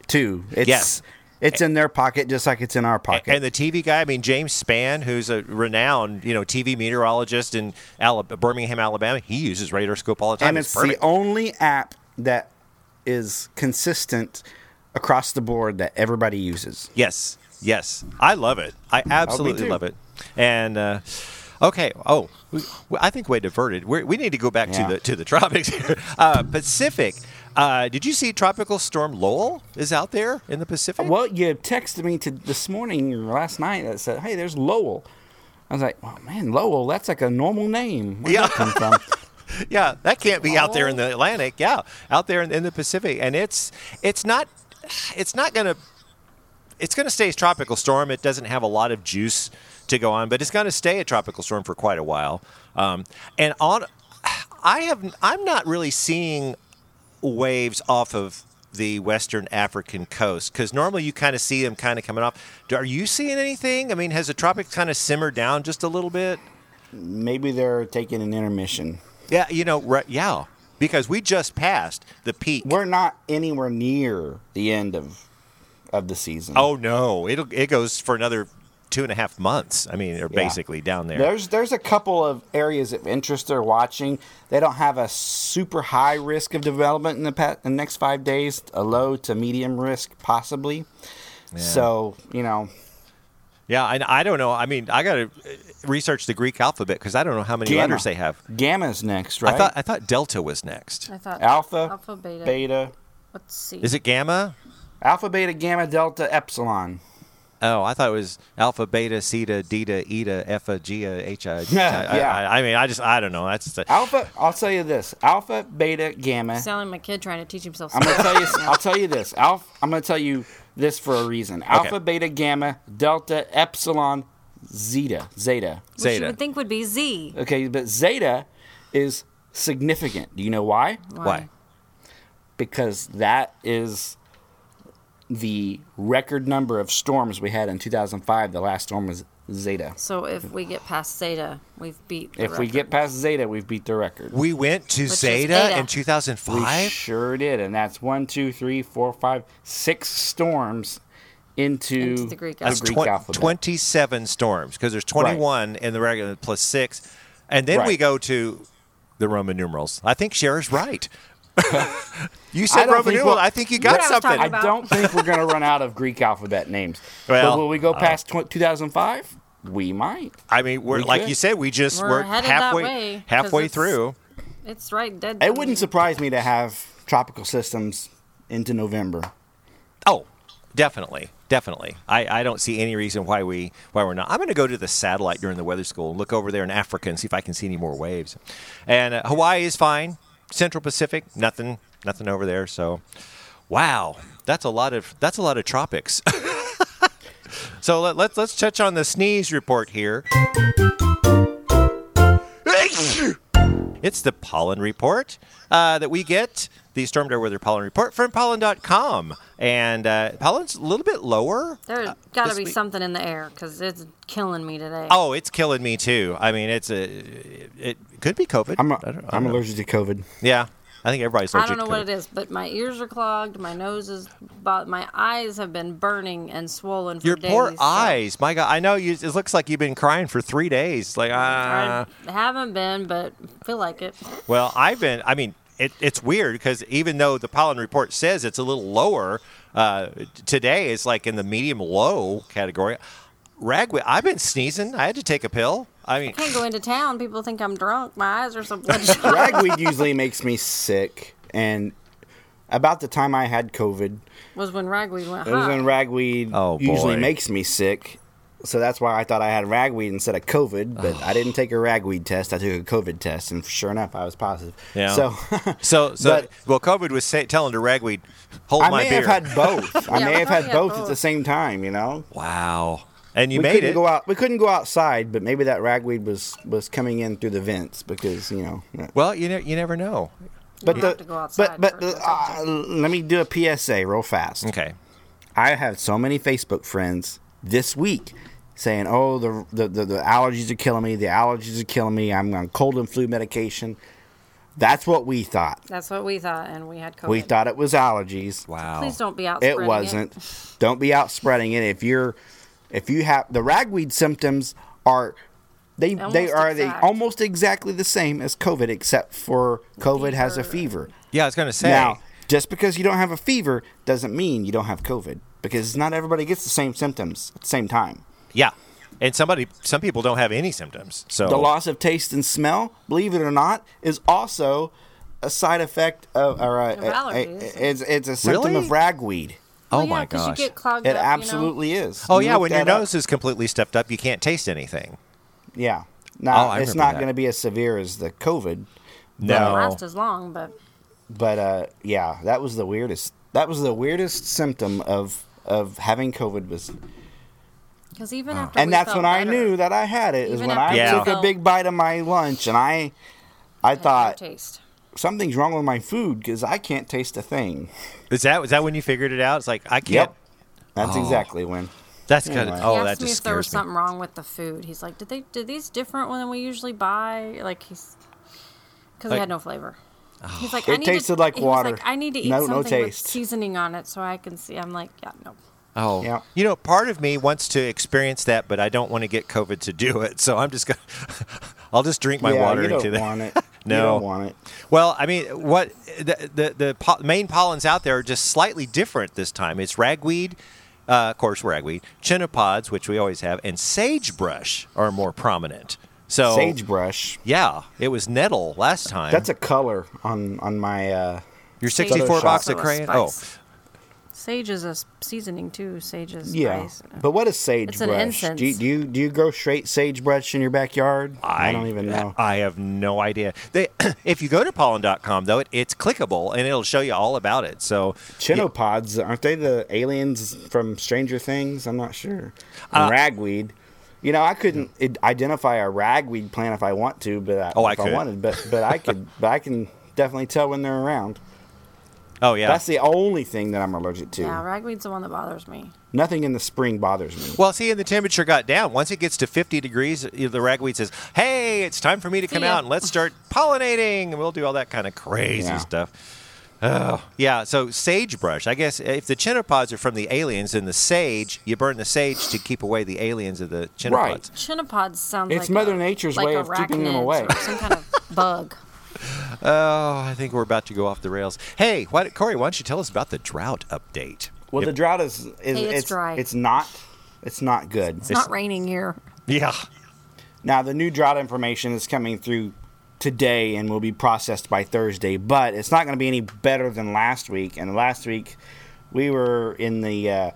too. It's, Yes. It's in their pocket just like it's in our pocket. And the TV guy, I mean James Spann, who's a renowned, you know, TV meteorologist in Alabama, Birmingham, Alabama, he uses Radarscope all the time. and it's the perfect. only app that is consistent across the board that everybody uses. Yes, yes, I love it. I absolutely Oh, too. love it. And uh, okay, oh, we, we- I think we diverted. We're, we need to go back Yeah. to the to the (laughs) tropics here. Uh, Pacific. Uh, did you see Tropical Storm Lowell is out there in the Pacific? Well, you texted me to this morning or last night that said, "Hey, there's Lowell." I was like, "Oh man, Lowell, that's like a normal name. Where yeah. that come (laughs) from?" yeah, that can't be out there in the Atlantic. Yeah, out there in, in the Pacific, and it's it's not it's not gonna it's gonna stay as tropical storm. It doesn't have a lot of juice to go on, but it's gonna stay a tropical storm for quite a while. Um, and on, I have I'm not really seeing waves off of the Western African coast because normally you kind of see them kind of coming off. Do- Are you seeing anything? I mean, has the tropics kind of simmered down just a little bit? Maybe they're taking an intermission. Yeah, you know, right, yeah, because we just passed the peak. We're not anywhere near the end of of the season. oh no, it'll it goes for another two and a half months. I mean, they're Yeah. basically down there. There's there's a couple of areas of interest they're watching. They don't have a super high risk of development in the, pa- in the next five days, a low to medium risk possibly. So you know, yeah, and I don't know. I mean, I got to research the Greek alphabet because I don't know how many Gamma. letters they have. Gamma's next, right? I thought I thought delta was next. I thought alpha, alpha, beta. beta, Let's see. Is it gamma? alpha, beta, gamma, delta, epsilon. Oh, I thought it was alpha, beta, ceta, deta, eta, epha, gia, hi. (laughs) Yeah, I- yeah. I, I mean, I just I don't know. That's Alpha. I'll tell you this: alpha, beta, gamma. Sounding my kid trying to teach himself. I'm gonna tell you. I'll tell you this. Alpha. I'm gonna tell you this for a reason. Alpha, beta, gamma, delta, epsilon, zeta, zeta. Which Zeta. you would think would be Z. Okay, but zeta is significant. Do you know why? why. Because that is the record number of storms we had in 2005. The last storm was zeta. So if we get past Zeta, we've beat. the If we record. get past zeta, we've beat the record. We went to is Zeta Eta. in We 2005. sure did, and that's one, two, three, four, five, six storms into, Into the Greek That's alphabet. Greek twen- alphabet. 27 storms because there's 21 in the regular plus six. And then we Right. go to the Roman numerals. I think Cher's right. (laughs) you I said don't Roman think numerals. we'll- I think you got That's what I was something. I about- don't think we're going to run out of Greek alphabet (laughs) names. Well, but will we go past tw 2005? We might. I mean, we're We like could. you said, we just We're we're, headed that halfway way, 'cause halfway it's- through. It's right dead. It wouldn't surprise me to have tropical systems into November. Oh, definitely, definitely. I, I don't see any reason why we why we're not. I'm going to go to the satellite during the weather school and look over there in Africa and see if I can see any more waves. And uh, Hawaii is fine. Central Pacific, nothing, nothing over there. So, wow, that's a lot of that's a lot of tropics. (laughs) so let, let's let's touch on the sneeze report here. It's the pollen report uh, that we get, the Storm Door Weather Pollen Report from pollen.com. And uh, pollen's a little bit lower. There's uh, got to this be week. something in the air because it's killing me today. Oh, it's killing me too. I mean, it's a. It could be COVID. I'm, a, I don't- I don't I'm know. allergic to COVID. Yeah, I think everybody's I allergic. don't know to what COVID. it is, but my ears are clogged. My nose is, bo- my eyes have been burning and swollen for Your days. poor so eyes, my God! I know you. It looks like you've been crying for three days. Like, ah. I haven't been, but feel like it. Well, I've been. I mean, it, it's weird because even though the pollen report says it's a little lower uh, t- today, it's like in the medium low category. Ragweed. I've been sneezing. I had to take a pill. I mean, Can't go into town. People think I'm drunk. My eyes are (laughs) so bloodshot. Ragweed usually makes me sick, and about the time I had COVID, was when ragweed went It was high. in ragweed. Oh, usually boy. makes me sick. So that's why I thought I had ragweed instead of COVID, but (sighs) I didn't take a ragweed test. I took a COVID test, and sure enough, I was positive. Yeah. So (laughs) (laughs) so so. But- well, COVID was say, telling to ragweed, hold I my may beer. have (laughs) had both. I Yeah, may we have had probably had both, at the both. same time. You know, wow. And you we made couldn't it. go out. We couldn't go outside, but maybe that ragweed was was coming in through the vents because you know. yeah. Well, you know, you never know. But don't the have to go outside but but for the, this uh, let me do a PSA real fast. Okay. I have so many Facebook friends this week saying, "Oh, the the, the, the allergies are killing me. The allergies are killing me. I'm on cold and flu medication." That's what we thought. That's what we thought, and we had COVID. We thought it was allergies. Wow. Please don't be out. It spreading wasn't. Don't be out spreading it. If you're, if you have the ragweed symptoms are, they they Almost are they exact. almost exactly the same as COVID, except for COVID has a fever. Yeah, I was gonna say. Now, just because you don't have a fever doesn't mean you don't have COVID, because not everybody gets the same symptoms at the same time. yeah, and somebody, some people don't have any symptoms. So The loss of taste and smell, believe it or not, is also a side effect of or a, Of allergies. a- it's it's a symptom Really? of ragweed. oh Well, yeah, my 'cause gosh. You get clogged It up, absolutely is. oh You yeah, look when your that up. nose is completely stuffed up, you can't taste anything. Yeah. Oh, Now I it's remember not that. going to be as severe as the COVID, You know? No. Doesn't last as long, but but uh, yeah, that was the weirdest. That was the weirdest symptom of of having COVID was, because even after Oh. and we that's felt when I better, knew that I had it. Is Even when I after we took a felt- big bite of my lunch and I, I I had no thought taste. something's wrong with my food because I can't taste a thing. Is that is that when you figured it out? It's like I can't. Yep, that's Oh. exactly when. That's kind Anyway. of oh, he that asked me just if there was scares me. something wrong with the food. He's like, "Did they? Did these different than we usually buy?" Like he's because they Like- had no flavor. He's like, Oh, It I need tasted to, like he was water. like, I need to eat No- no something with taste. seasoning on it so I can see. I'm like, yeah, no. Oh, Yep. you know, part of me wants to experience that, but I don't want to get COVID to do it. So I'm just gonna, (laughs) I'll just drink my yeah, water you don't into that. want it. No. you don't want it. (laughs) Well, I mean, what the the, the po- main pollens out there are just slightly different this time. It's ragweed, uh, of course, ragweed, chinnopods, which we always have, and sagebrush are more prominent. So Sagebrush. yeah, it was nettle last time. That's a color on on my. Uh, your 64 Sagebrush. box of Also a crayon. Oh, spice. Sage is a s- seasoning too. Sage is Yeah, spice. but what is sagebrush? incense. Do you, do you do you grow straight sagebrush in your backyard? I, don't even know. I have no idea. They, (clears throat) if you go to pollen.com though, it, it's clickable and it'll show you all about it. So Chinopods aren't they the aliens from Stranger Things? I'm not sure. And ragweed. You know, I couldn't id- identify a ragweed plant if I want to, but I, Oh, I if could. I wanted, but but I (laughs) could, but I can definitely tell when they're around. oh yeah. That's the only thing that I'm allergic to. Yeah, ragweed's the one that bothers me. Nothing in the spring bothers me. well, see, and the temperature got down. Once it gets to 50 degrees, the ragweed says, "Hey, it's time for me to come ya. out and let's start pollinating." And we'll do all that kind of crazy Yeah. stuff. Oh, yeah. So sagebrush. I guess if the chinopods are from the aliens, then the sage, you burn the sage to keep away the aliens of the chinopods. Right. Chinnopods sounds It's like Mother a- Nature's like way of keeping them arachnids away. or (laughs) Some kind of bug. Oh, I think we're about to go off the rails. Hey, why, Corey, why don't you tell us about the drought update? Well, the drought is, is it's it's dry. It's not. It's not good. It's not raining here. Yeah. Now, the new drought information is coming through today and will be processed by Thursday, but it's not going to be any better than last week. And last week, we were in the uh,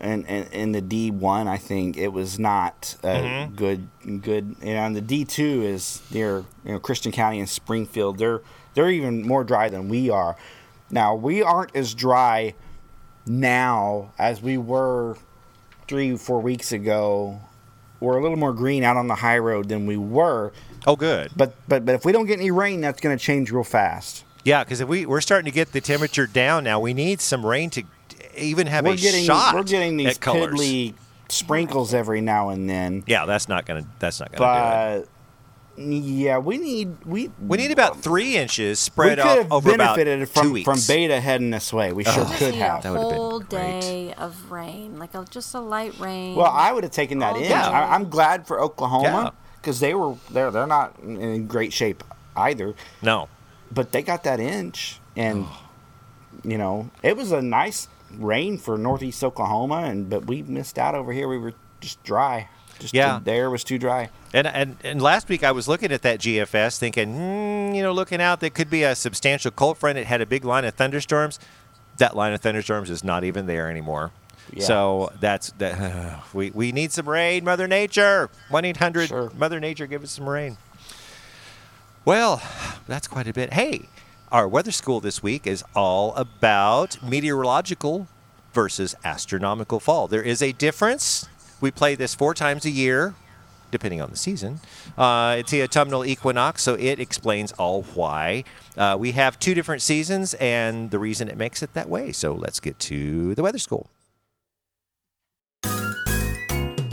in, in, in the D one. I think it was not uh, good. Good. You know, And the D two is near you know Christian County and Springfield. They're they're even more dry than we are. Now we aren't as dry now as we were three four weeks ago. We're a little more green out on the high road than we were, Oh, good. but but but if we don't get any rain, that's going to change real fast. Yeah, because we we're starting to get the temperature down now. We need some rain to even have we're a getting shot. we're getting these at colors. piddly sprinkles every now and then, Yeah, that's not gonna that's not gonna do it. but yeah, we need we We need about three inches we spread could out have over about benefited two from weeks. from beta heading this way. We sure Just could need have. a would've been whole great. day of rain, like a, just a light rain. Well, I would have taken that Oh, in. yeah. I, I'm glad for Yeah. Oklahoma because they were they're they're not in great shape either. no, but they got that inch and you know it was a nice rain for northeast oklahoma and but we missed out over here we were just dry just Yeah. the air was too dry And, and and last week I was looking at that GFS, thinking, mm, you know, looking out, there could be a substantial cold front. It had a big line of thunderstorms. That line of thunderstorms is not even there anymore. Yeah. So that's that. (sighs) we we need some rain, Mother Nature. One eight hundred Sure. Mother Nature, give us some rain. Well, that's quite a bit. Hey, our weather school this week is all about meteorological versus astronomical fall. There is a difference. We play this four times a year, depending on the season. Uh, it's the autumnal equinox, so it explains all why. Uh, we have two different seasons and the reason it makes it that way. So let's get to the weather school.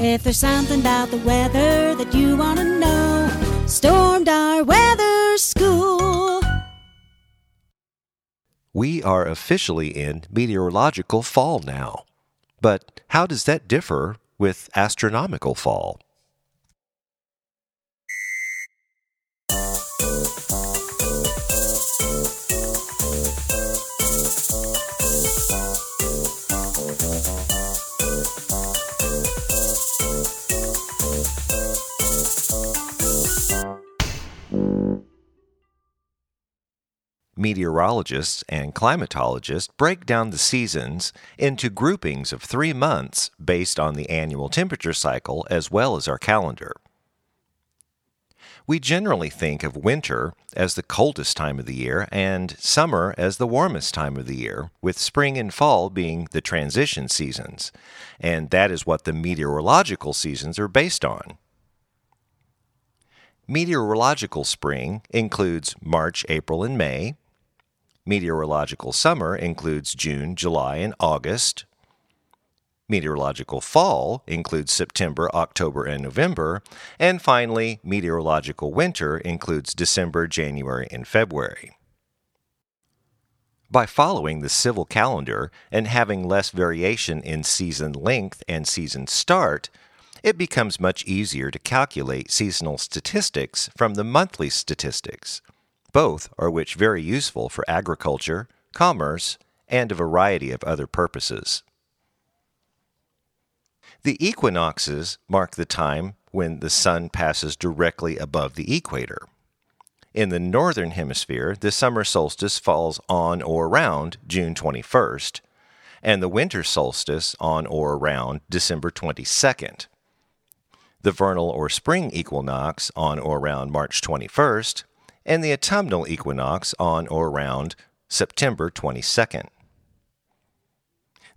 If there's something about the weather that you want to know, stormed our weather school. we are officially in meteorological fall now. But how does that differ with astronomical fall? Meteorologists and climatologists break down the seasons into groupings of three months based on the annual temperature cycle as well as our calendar. We generally think of winter as the coldest time of the year and summer as the warmest time of the year, with spring and fall being the transition seasons, and that is what the meteorological seasons are based on. Meteorological spring includes March, April, and May. Meteorological summer includes June, July, and August. Meteorological fall includes September, October, and November. And finally, meteorological winter includes December, January, and February. By following the civil calendar and having less variation in season length and season start, it becomes much easier to calculate seasonal statistics from the monthly statistics, both are which very useful for agriculture, commerce, and a variety of other purposes. The equinoxes mark the time when the sun passes directly above the equator. In the northern hemisphere, the summer solstice falls on or around June 21st, and the winter solstice on or around December 22nd the vernal or spring equinox on or around March 21st, and the autumnal equinox on or around September 22nd.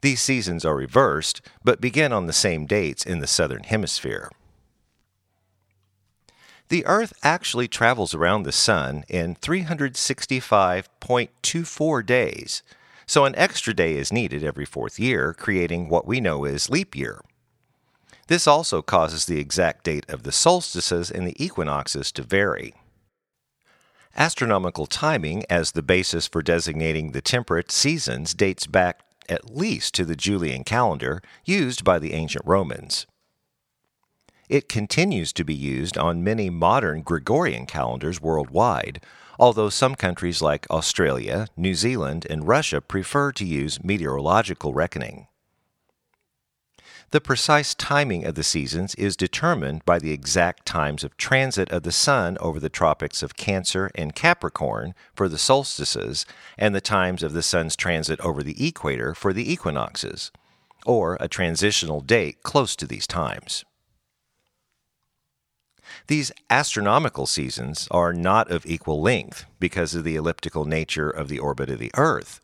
These seasons are reversed, but begin on the same dates in the southern hemisphere. The Earth actually travels around the Sun in 365.24 days, so an extra day is needed every fourth year, creating what we know as leap year. This also causes the exact date of the solstices and the equinoxes to vary. Astronomical timing as the basis for designating the temperate seasons dates back at least to the Julian calendar used by the ancient Romans. It continues to be used on many modern Gregorian calendars worldwide, although some countries like Australia, New Zealand, and Russia prefer to use meteorological reckoning. The precise timing of the seasons is determined by the exact times of transit of the Sun over the tropics of Cancer and Capricorn for the solstices, and the times of the Sun's transit over the equator for the equinoxes, or a transitional date close to these times. These astronomical seasons are not of equal length because of the elliptical nature of the orbit of the Earth.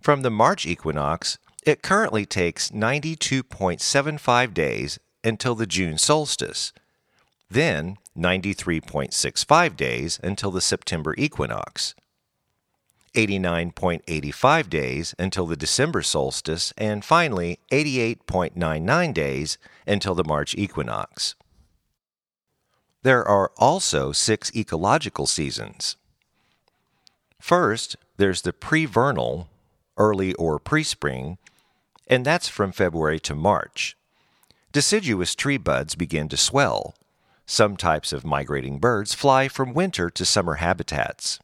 From the March equinox it currently takes 92.75 days until the June solstice, then 93.65 days until the September equinox, 89.85 days until the December solstice, and finally 88.99 days until the March equinox. There are also six ecological seasons. First, there's the pre-vernal, early or pre-spring, and that's from February to March. Deciduous tree buds begin to swell. Some types of migrating birds fly from winter to summer habitats.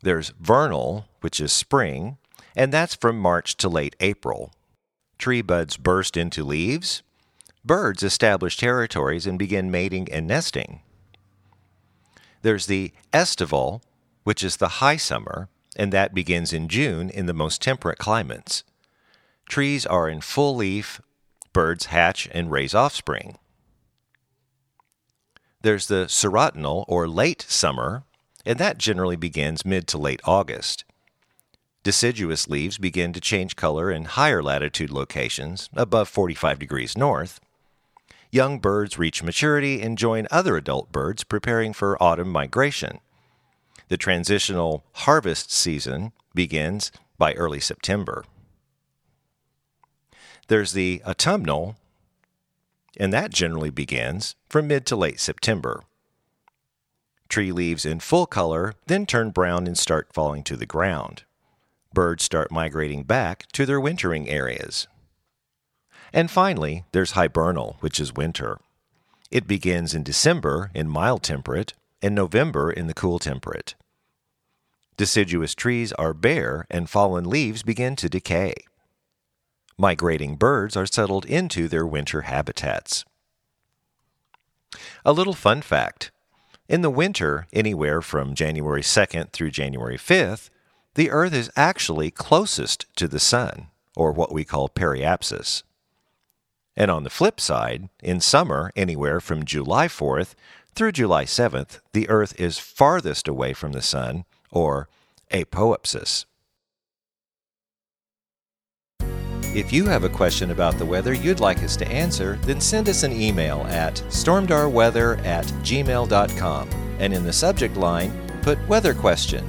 There's vernal, which is spring, and that's from March to late April. Tree buds burst into leaves. Birds establish territories and begin mating and nesting. There's the estival, which is the high summer, and that begins in June in the most temperate climates. Trees are in full leaf, birds hatch and raise offspring. There's the serotinal or late summer, and that generally begins mid to late August. Deciduous leaves begin to change color in higher latitude locations, above 45 degrees north. Young birds reach maturity and join other adult birds preparing for autumn migration. The transitional harvest season begins by early September. There's the autumnal, and that generally begins from mid to late September. Tree leaves in full color then turn brown and start falling to the ground. Birds start migrating back to their wintering areas. And finally, there's hibernal, which is winter. It begins in December in mild temperate and November in the cool temperate. Deciduous trees are bare and fallen leaves begin to decay. Migrating birds are settled into their winter habitats. A little fun fact in the winter, anywhere from January 2nd through January 5th, the Earth is actually closest to the Sun, or what we call periapsis. And on the flip side, in summer, anywhere from July 4th through July 7th, the Earth is farthest away from the Sun, or apoapsis. If you have a question about the weather you'd like us to answer, then send us an email at stormdarweather at gmail.com and in the subject line, put weather question.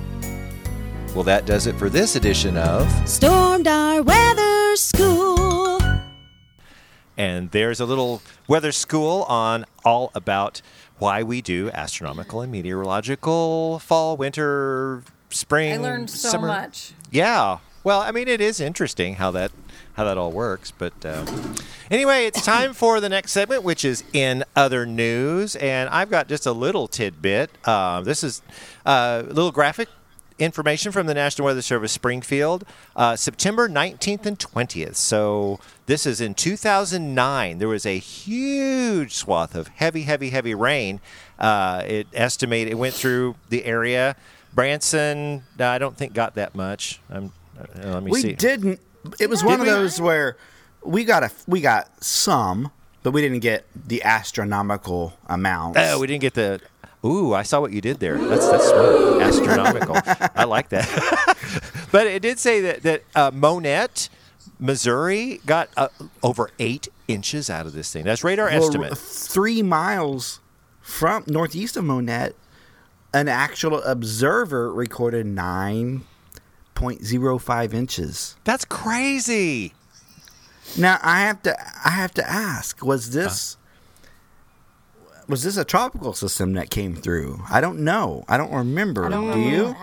Well, that does it for this edition of. Stormed our weather school. And there's a little weather school on all about why we do astronomical and meteorological fall, winter, spring. I learned so Mm, summer. much. Yeah. Well, I mean, it is interesting how that how that all works. But um, anyway, it's time for the next segment, which is in other news, and I've got just a little tidbit. Uh, this is uh, a little graphic information from the National Weather Service Springfield, uh, September 19th and 20th. So this is in 2009. There was a huge swath of heavy, heavy, heavy rain. Uh, it estimated it went through the area. Branson, no, I don't think got that much. I'm, uh, let me We see. didn't. It was one of those where we got a we got some, but we didn't get the astronomical amounts. Oh, we didn't get the. Ooh, I saw what you did there. That's that's smart. astronomical. I like that. (laughs) but it did say that that uh, Monette, Missouri, got uh, over eight inches out of this thing. That's radar Well, estimate. three miles from northeast of Monette, an actual observer recorded nine point zero five inches. That's crazy. Now I have to I have to ask, was this was this a tropical system that came through? I don't know. I don't remember. do you?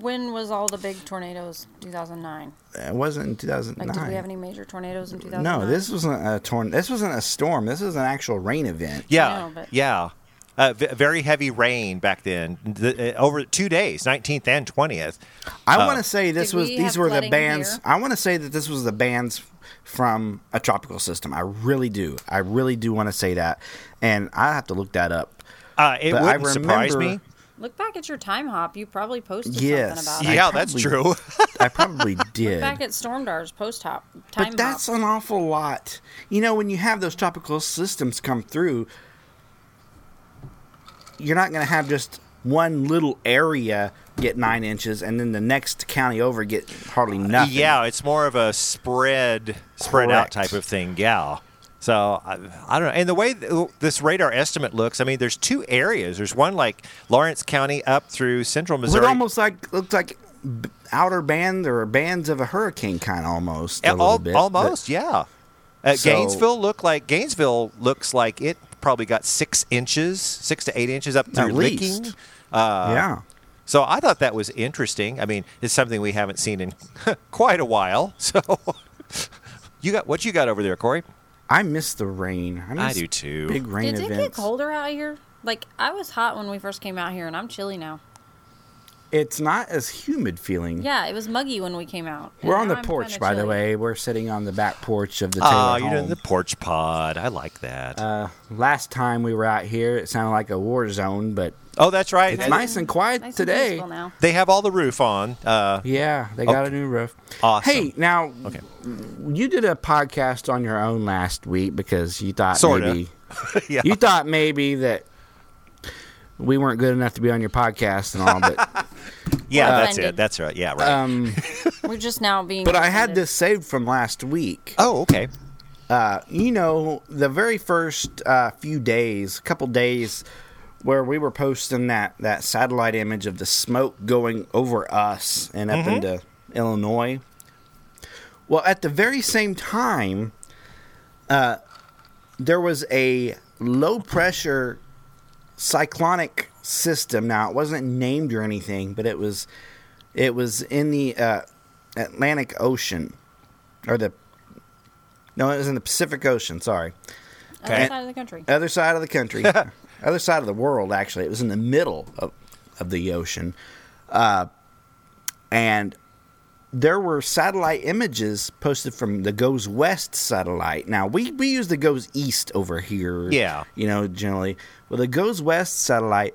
When was all the big tornadoes? 2009. It wasn't in 2009. Like, did we have any major tornadoes in 2009? no, this wasn't a torn. This wasn't a storm. This was an actual rain event. Yeah, know, but- yeah. Uh, v- very heavy rain back then. The, uh, over two days, 19th and 20th. I Uh, want to say this Did was we these have were the flooding bands. here? I want to say that this was the bands from a tropical system. I really do. I really do want to say that, and I have to look that up. Uh, it But I wouldn't surprise me. remember- Look back at your time hop. You probably posted Yes. something about it. Yeah, that's true. I (laughs) probably did. Back at Stormdar's post hop time But that's hop. an awful lot. You know, when you have those tropical systems come through, you're not going to have just one little area get nine inches and then the next county over get hardly nothing. Uh, Yeah, it's more of a spread spread out Correct. type of thing. Yeah. So I, I don't know. And the way th- this radar estimate looks, I mean, there's two areas. There's one like Lawrence County up through central It Missouri. almost like looks like b- outer band or bands of a hurricane kind of almost. a Uh, little al- bit, but- almost, yeah. Uh, So- Gainesville looked like Gainesville looks like it probably got six inches, six to eight inches up through least. licking. Uh, yeah. So I thought that was interesting. I mean, it's something we haven't seen in (laughs) quite a while. So (laughs) you got what you got over there, Corey? I miss the rain. I, miss do too. Big rain Did it events. get colder out here? Like I was hot when we first came out here, and I'm chilly now. It's not as humid feeling. Yeah, it was muggy when we came out. and We're on now the I'm porch, kinda by the chilly. way. We're sitting on the back porch of the Uh, Taylor Oh, you're home. doing the porch pod. I like that. Last time we were out here, it sounded like a war zone, but oh, that's right. it's nice and quiet Nice and today. peaceful now. They have all the roof on. Uh, Yeah, they got a new roof. Awesome. Hey, now you did a podcast on your own last week because you thought Sorta. (laughs) maybe (laughs) Yeah. you thought maybe that we weren't good enough to be on your podcast and all, (laughs) but yeah, Well, that's it. blended. That's right. Yeah, right. Um, We're just now being. but I had educated. this saved from last week. oh, okay. you know, the very first uh, few days, couple days, where we were posting that that satellite image of the smoke going over us and up into Illinois. Well, at the very same time, uh, there was a low pressure cyclonic system. Now it wasn't named or anything, but it was it was in the uh, Atlantic Ocean or the no, it was in the Pacific Ocean. Sorry, Other Okay. side of the country. other side of the country, other side of the world. Actually, it was in the middle of of the ocean, uh, and there were satellite images posted from the Goes West satellite. Now we we use the Goes East over here. Yeah. you know generally. Well, the Goes West satellite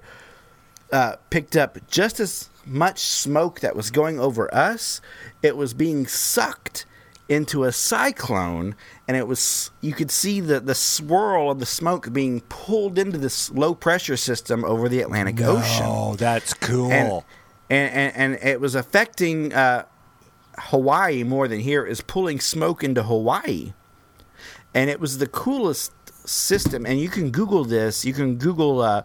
uh, picked up just as much smoke that was going over us. It was being sucked into a cyclone, and it was you could see the the swirl of the smoke being pulled into this low pressure system over the Atlantic Ocean Oh, that's cool. and and, and, and it was affecting uh, Hawaii more than here. Is pulling smoke into Hawaii, and it was the coolest system. And you can Google this. You can Google uh,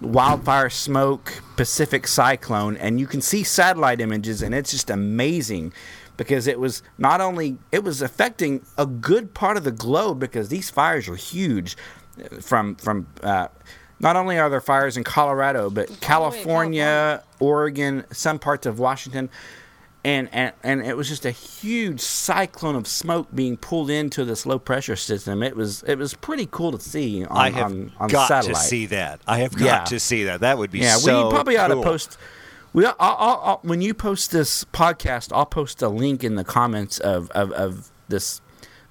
wildfire smoke Pacific cyclone, and you can see satellite images, and it's just amazing. Because it was not only it was affecting a good part of the globe because these fires were huge, uh, from from uh, not only are there fires in Colorado but California, Oregon, some parts of Washington, and, and and it was just a huge cyclone of smoke being pulled into this low pressure system. It was it was pretty cool to see on I have on, on got satellite. to see that. I have got Yeah. to see that. That would be Yeah, so we probably ought cool. to post. We, I'll, I'll, I'll, when you post this podcast, I'll post a link in the comments of of, of this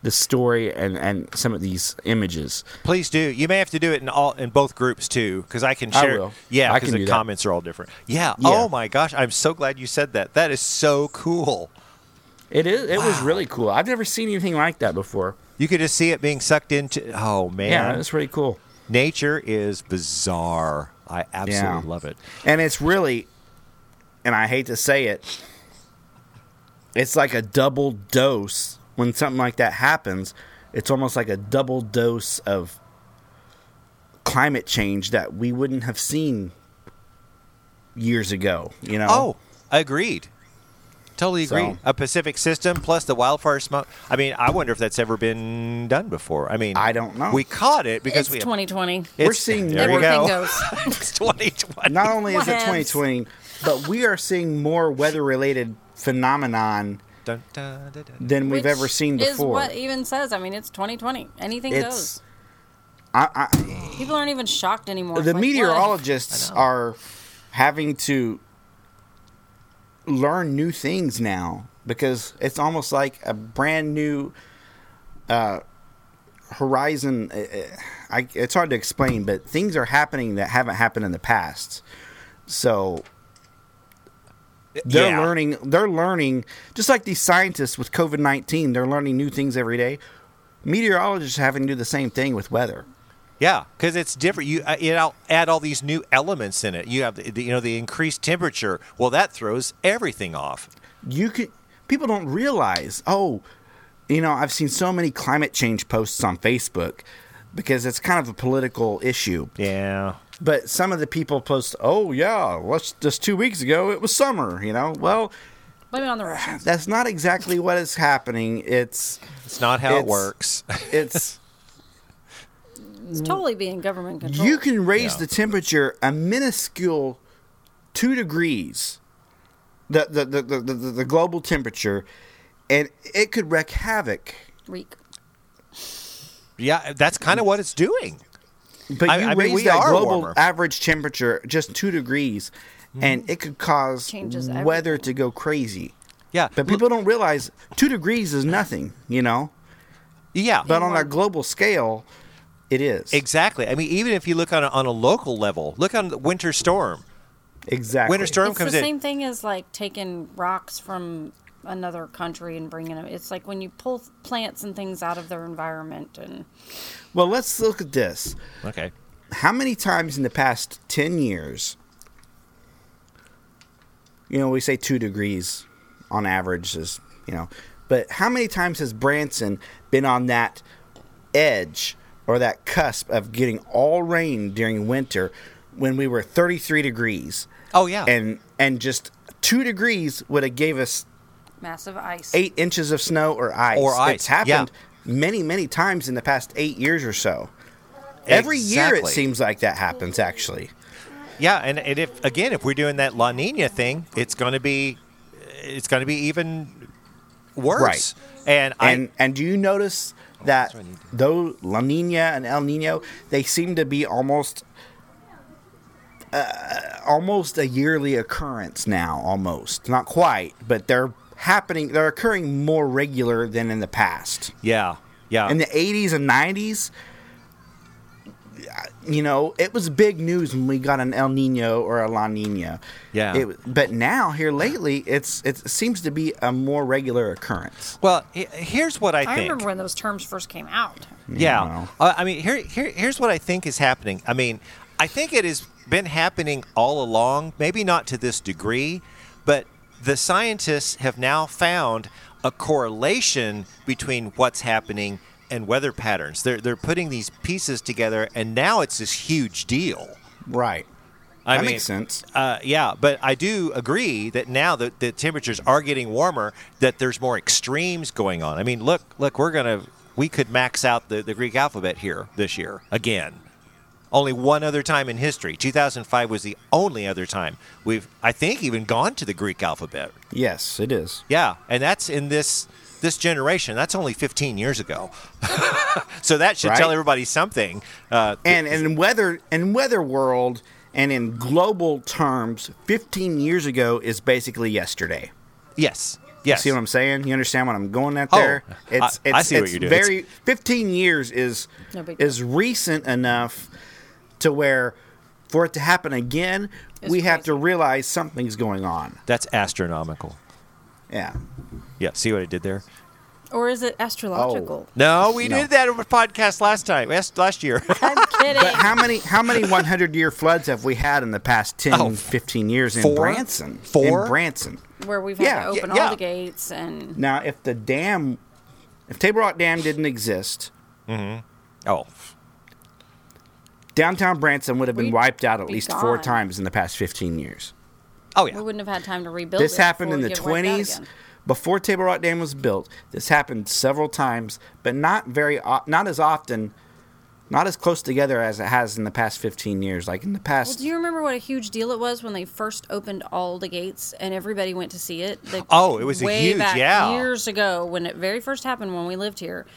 this story and and some of these images. Please do. You may have to do it in all in both groups too, because I can I share. will. Yeah, I because can the do that. comments are all different. Yeah. Yeah. Oh my gosh, I'm so glad you said that. That is so cool. It is. It was really cool. I've never seen anything like that before. You could just see it being sucked into. Oh man, Yeah, it's pretty cool. nature is bizarre. I absolutely Yeah. love it. And it's really, and I hate to say it, it's like a double dose when something like that happens. It's almost like a double dose of climate change that we wouldn't have seen years ago. You know? Oh, agreed. Totally So- agree. A Pacific system plus the wildfire smoke. I mean, I wonder if that's ever been done before. I mean, I don't know. We caught it because It's we (laughs) 2020. It's, We're seeing there we everything go. goes. it's 2020. Not only is it Whatevs. 2020, but we are seeing more weather-related phenomenon Dun, dun, dun, dun. than (laughs) we've Which ever seen is before. what even says. I mean, it's 2020. Anything it's goes. I, I, People aren't even shocked anymore. the It's like, what? meteorologists I know. are having to learn new things now because it's almost like a brand new uh, horizon. Uh, uh, I, it's hard to explain, but things are happening that haven't happened in the past. So they're Yeah. learning. They're learning just like these scientists with COVID nineteen. They're learning new things every day. Meteorologists are having to do the same thing with weather. Yeah, because it's different. You uh, you know, add all these new elements in it. You have the, the you know the increased temperature. Well, that throws everything off. you can people don't realize oh you know i've seen so many climate change posts on facebook because it's kind of a political issue Yeah. but some of the people post oh yeah let's just two weeks ago it was summer you know well Blame it on the Russians. that's not exactly what is happening it's It's not how it It's- works. (laughs) it's It's totally being government controlled. you can raise Yeah. the temperature a minuscule two degrees the the, the, the, the the global temperature and it could wreak havoc Reek. yeah, that's kind of what it's doing. But I- you I mean, raise we that are global warmer. average temperature just two degrees, and it could cause Changes weather everything. to go crazy. Yeah, But people don't realize two degrees is nothing, you know. yeah, But on a global scale, it is exactly. I mean, even if you look on a, on a local level, look on the winter storm. exactly. Winter storm It's the comes in. same thing as like taking rocks from another country and bringing them. It's like when you pull plants and things out of their environment and Well, let's look at this. Okay. How many times in the past ten years, you know, we say two degrees on average is you know, but how many times has Branson been on that edge or that cusp of getting all rain during winter when we were 33 degrees Oh yeah. and and just two degrees would have gave us massive ice. eight inches of snow or ice Or ice, it's happened many many times in the past eight years or so Every year it Exactly. seems like that happens, actually. Yeah, and, and if again, if we're doing that La Nina thing, it's going to be, it's going to be even worse. And, And and do you notice Oh, that's that what I need to- though La Nina and El Nino, they seem to be almost uh, almost a yearly occurrence now, almost. Not quite, but they're happening they're occurring more regular than in the past. I yeah, yeah, in the 80s and 90s you know it was big news when we got an el nino or a la nina Yeah. it, but now here lately it's it seems to be a more regular occurrence well, he- here's what I, I think. remember when those terms first came out. Yeah. know. Uh, I mean, here, here, here's what I think is happening. I mean, I think it has been happening all along, maybe not to this degree, but the scientists have now found a correlation between what's happening and weather patterns. They're, they're putting these pieces together, and now it's this huge deal. right I that mean, makes sense Uh, yeah, but I do agree that now that the temperatures are getting warmer, that there's more extremes going on. I mean, look, look, we're gonna we could max out the, the Greek alphabet here this year again. Only one other time in history. 2005 was the only other time we've, I think, even gone to the Greek alphabet. yes it is Yeah, and that's in this this generation. That's only 15 years ago. (laughs) so that should Right. tell everybody something. Uh, and and in weather in weather world and in global terms 15 years ago is basically yesterday yes, yes. See what I'm saying? You understand what I'm going at Oh, there? I- it's, I it's, see what it's you're doing. Very 15 years is No big is recent enough to where for it to happen again, It's we have to crazy. realize something's going on. that's astronomical. Yeah. Yeah, see what I did there? Or is it astrological? No, we No. did that on a podcast last time, last, last (laughs) year. I'm kidding. But how many how many 100 year floods have we had in the past 10, Oh, 15 years in four? Branson? Four? In Branson. Where we've had Yeah, to open yeah, yeah. all the gates and Now, if the dam, if Table Rock Dam didn't exist, oh, downtown Branson would have been We'd wiped out at be least four gone. times in the past 15 years. oh we yeah. wouldn't have had time to rebuild. This it happened before in we the get wiped out 20s, again. before Table Rock Dam was built. This happened several times, but not very, o- not as often, not as close together as it has in the past 15 years. Like in the Well, past, do you remember what a huge deal it was when they first opened all the gates and everybody went to see it? They- Oh, it was a way huge- back yeah. years ago when it very first happened when we lived here,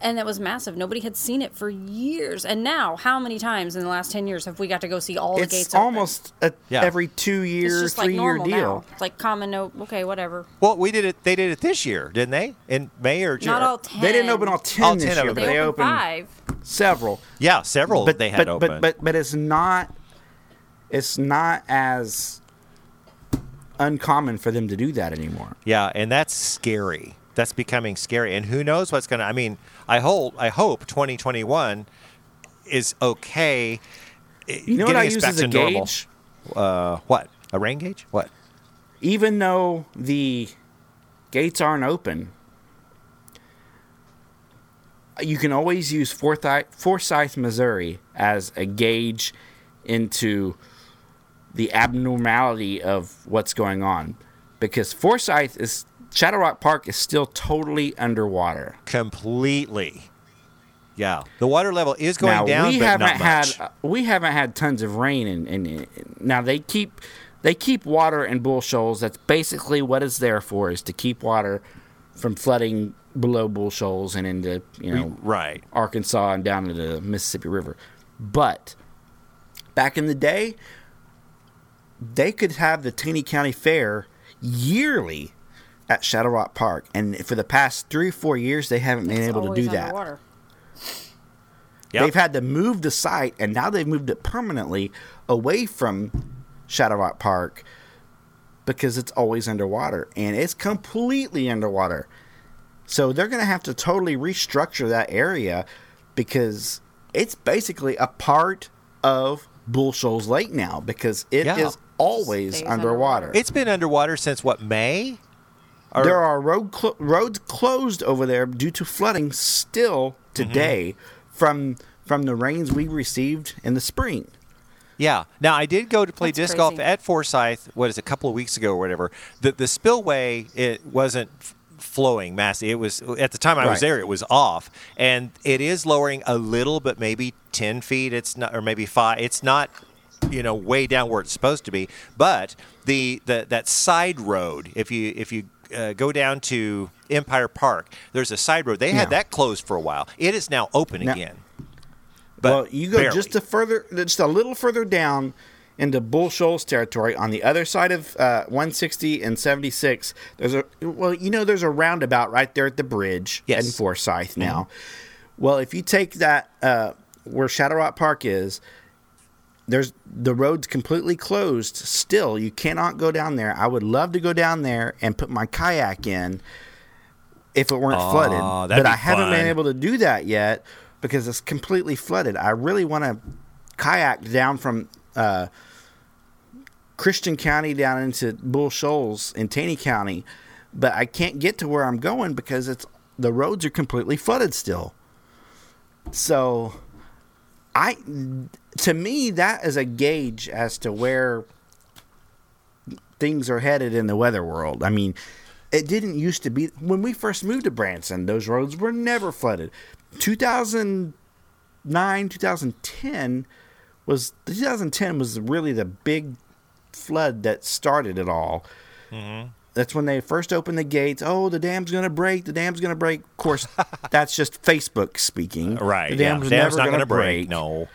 and that was massive. Nobody had seen it for years, and now how many times in the last ten years have we got to go see all the gates? it's open? almost a, Yeah. every two it's year, just like three year normal deal. now. It's like common. No, okay, whatever. Well, we did it. They did it this year, didn't they? In May or June? Not all ten. They didn't open all 10 All this 10 of them. year, but They, they opened opened five. several. Yeah, several but they had but, open. But, but but it's not it's not as uncommon for them to do that anymore. yeah, and that's scary. That's becoming scary. And who knows what's going to? I mean, I hope. I hope 2021 is okay. You know what I use as a gauge? Uh, what? A rain gauge? What? Even though the gates aren't open, you can always use Forsyth, Forsyth, Missouri as a gauge into the abnormality of what's going on because Forsyth is Shadow Rock Park is still totally underwater. Completely. Yeah, the water level is going down, we but haven't not had much. uh, we haven't had tons of rain, and, and, and now they keep they keep water in bull shoals. That's basically what it's there for is to keep water from flooding below bull shoals and into you know right. Arkansas and down to the Mississippi River. But back in the day, they could have the Taney County Fair yearly at Shadow Rock Park, and for the past three or four years, they haven't been It's able to always do that. underwater. Yep. They've had to move the site, and now they've moved it permanently away from Shadow Rock Park because it's always underwater, and it's completely underwater. So they're going to have to totally restructure that area because it's basically a part of Bull Shoals Lake now because it is Yeah. always Stays underwater. underwater. It's been underwater since what May? Or- there are road clo- roads closed over there due to flooding still today Mm-hmm. from from the rains we received in the spring. Yeah. Now I did go to play That's disc golf crazy. at Forsyth. What is it, a couple of weeks ago or whatever? The the spillway it wasn't f- flowing mass. It was at the time I was Right. there, it was off, and it is lowering a little, but maybe ten feet. It's not, or maybe five. It's not, you know, way down where it's supposed to be. But the the that side road, if you if you uh, go down to Empire Park, there's a side road. They had Yeah. that closed for a while. It is now open Now- again. well, you go barely. just a further, just a little further down into Bull Shoals territory on the other side of uh, 160 and 76. There's a well, you know, there's a roundabout right there at the bridge Yes. Mm-hmm. in Forsyth now. Well, if you take that uh, where Shadow Rock Park is, there's the road's completely closed. Still, you cannot go down there. I would love to go down there and put my kayak in if it weren't flooded. that'd But be I haven't fun. been able to do that yet because it's completely flooded. I really want to kayak down from uh, Christian County down into Bull Shoals in Taney County, but I can't get to where I'm going because it's the roads are completely flooded still. So, I to me that is a gauge as to where things are headed in the weather world. I mean, it didn't used to be when we first moved to Branson, those roads were never flooded. 2009, 2010 was 2010 was really the big flood that started it all. Mm-hmm. That's when they first opened the gates. Oh, the dam's going to break. The dam's going to break. Of course, (laughs) that's just Facebook speaking. Right. The yeah. dam's Dam's not never going gonna to break. No.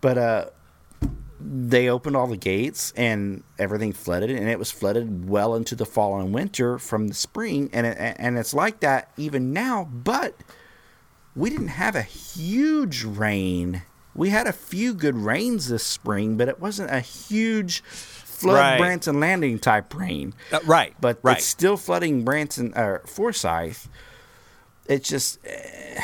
But uh, they opened all the gates and everything flooded, and it was flooded well into the fall and winter from the spring, and it, and it's like that even now. But we didn't have a huge rain. We had a few good rains this spring, but it wasn't a huge flood Right. Branson Landing type rain. Uh, right. But right. it's still flooding Branson or Forsyth. It's just, eh,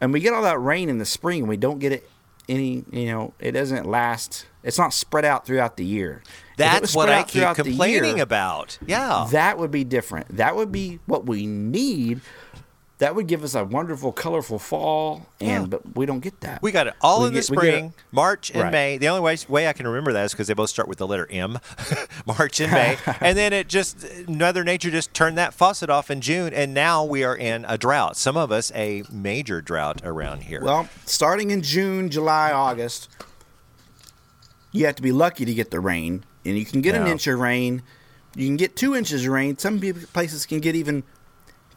and we get all that rain in the spring, and we don't get it any. You know, it doesn't last. It's not spread out throughout the year. If it was That's spread what I out keep throughout the complaining year, about. Yeah. That would be different. That would be what we need. That would give us a wonderful, colorful fall, and Yeah. but we don't get that. we got it all We in get- the we get it- spring, March and Right. May. The only way, way I can remember that is because they both start with the letter M, (laughs) March and (laughs) May. and then it just, Mother Nature just turned that faucet off in June. And now we are in a drought. Some of us, a major drought around here. Well, starting in June, July, August, you have to be lucky to get the rain, and you can get an Yeah. inch of rain. You can get two inches of rain. Some peop- places can get even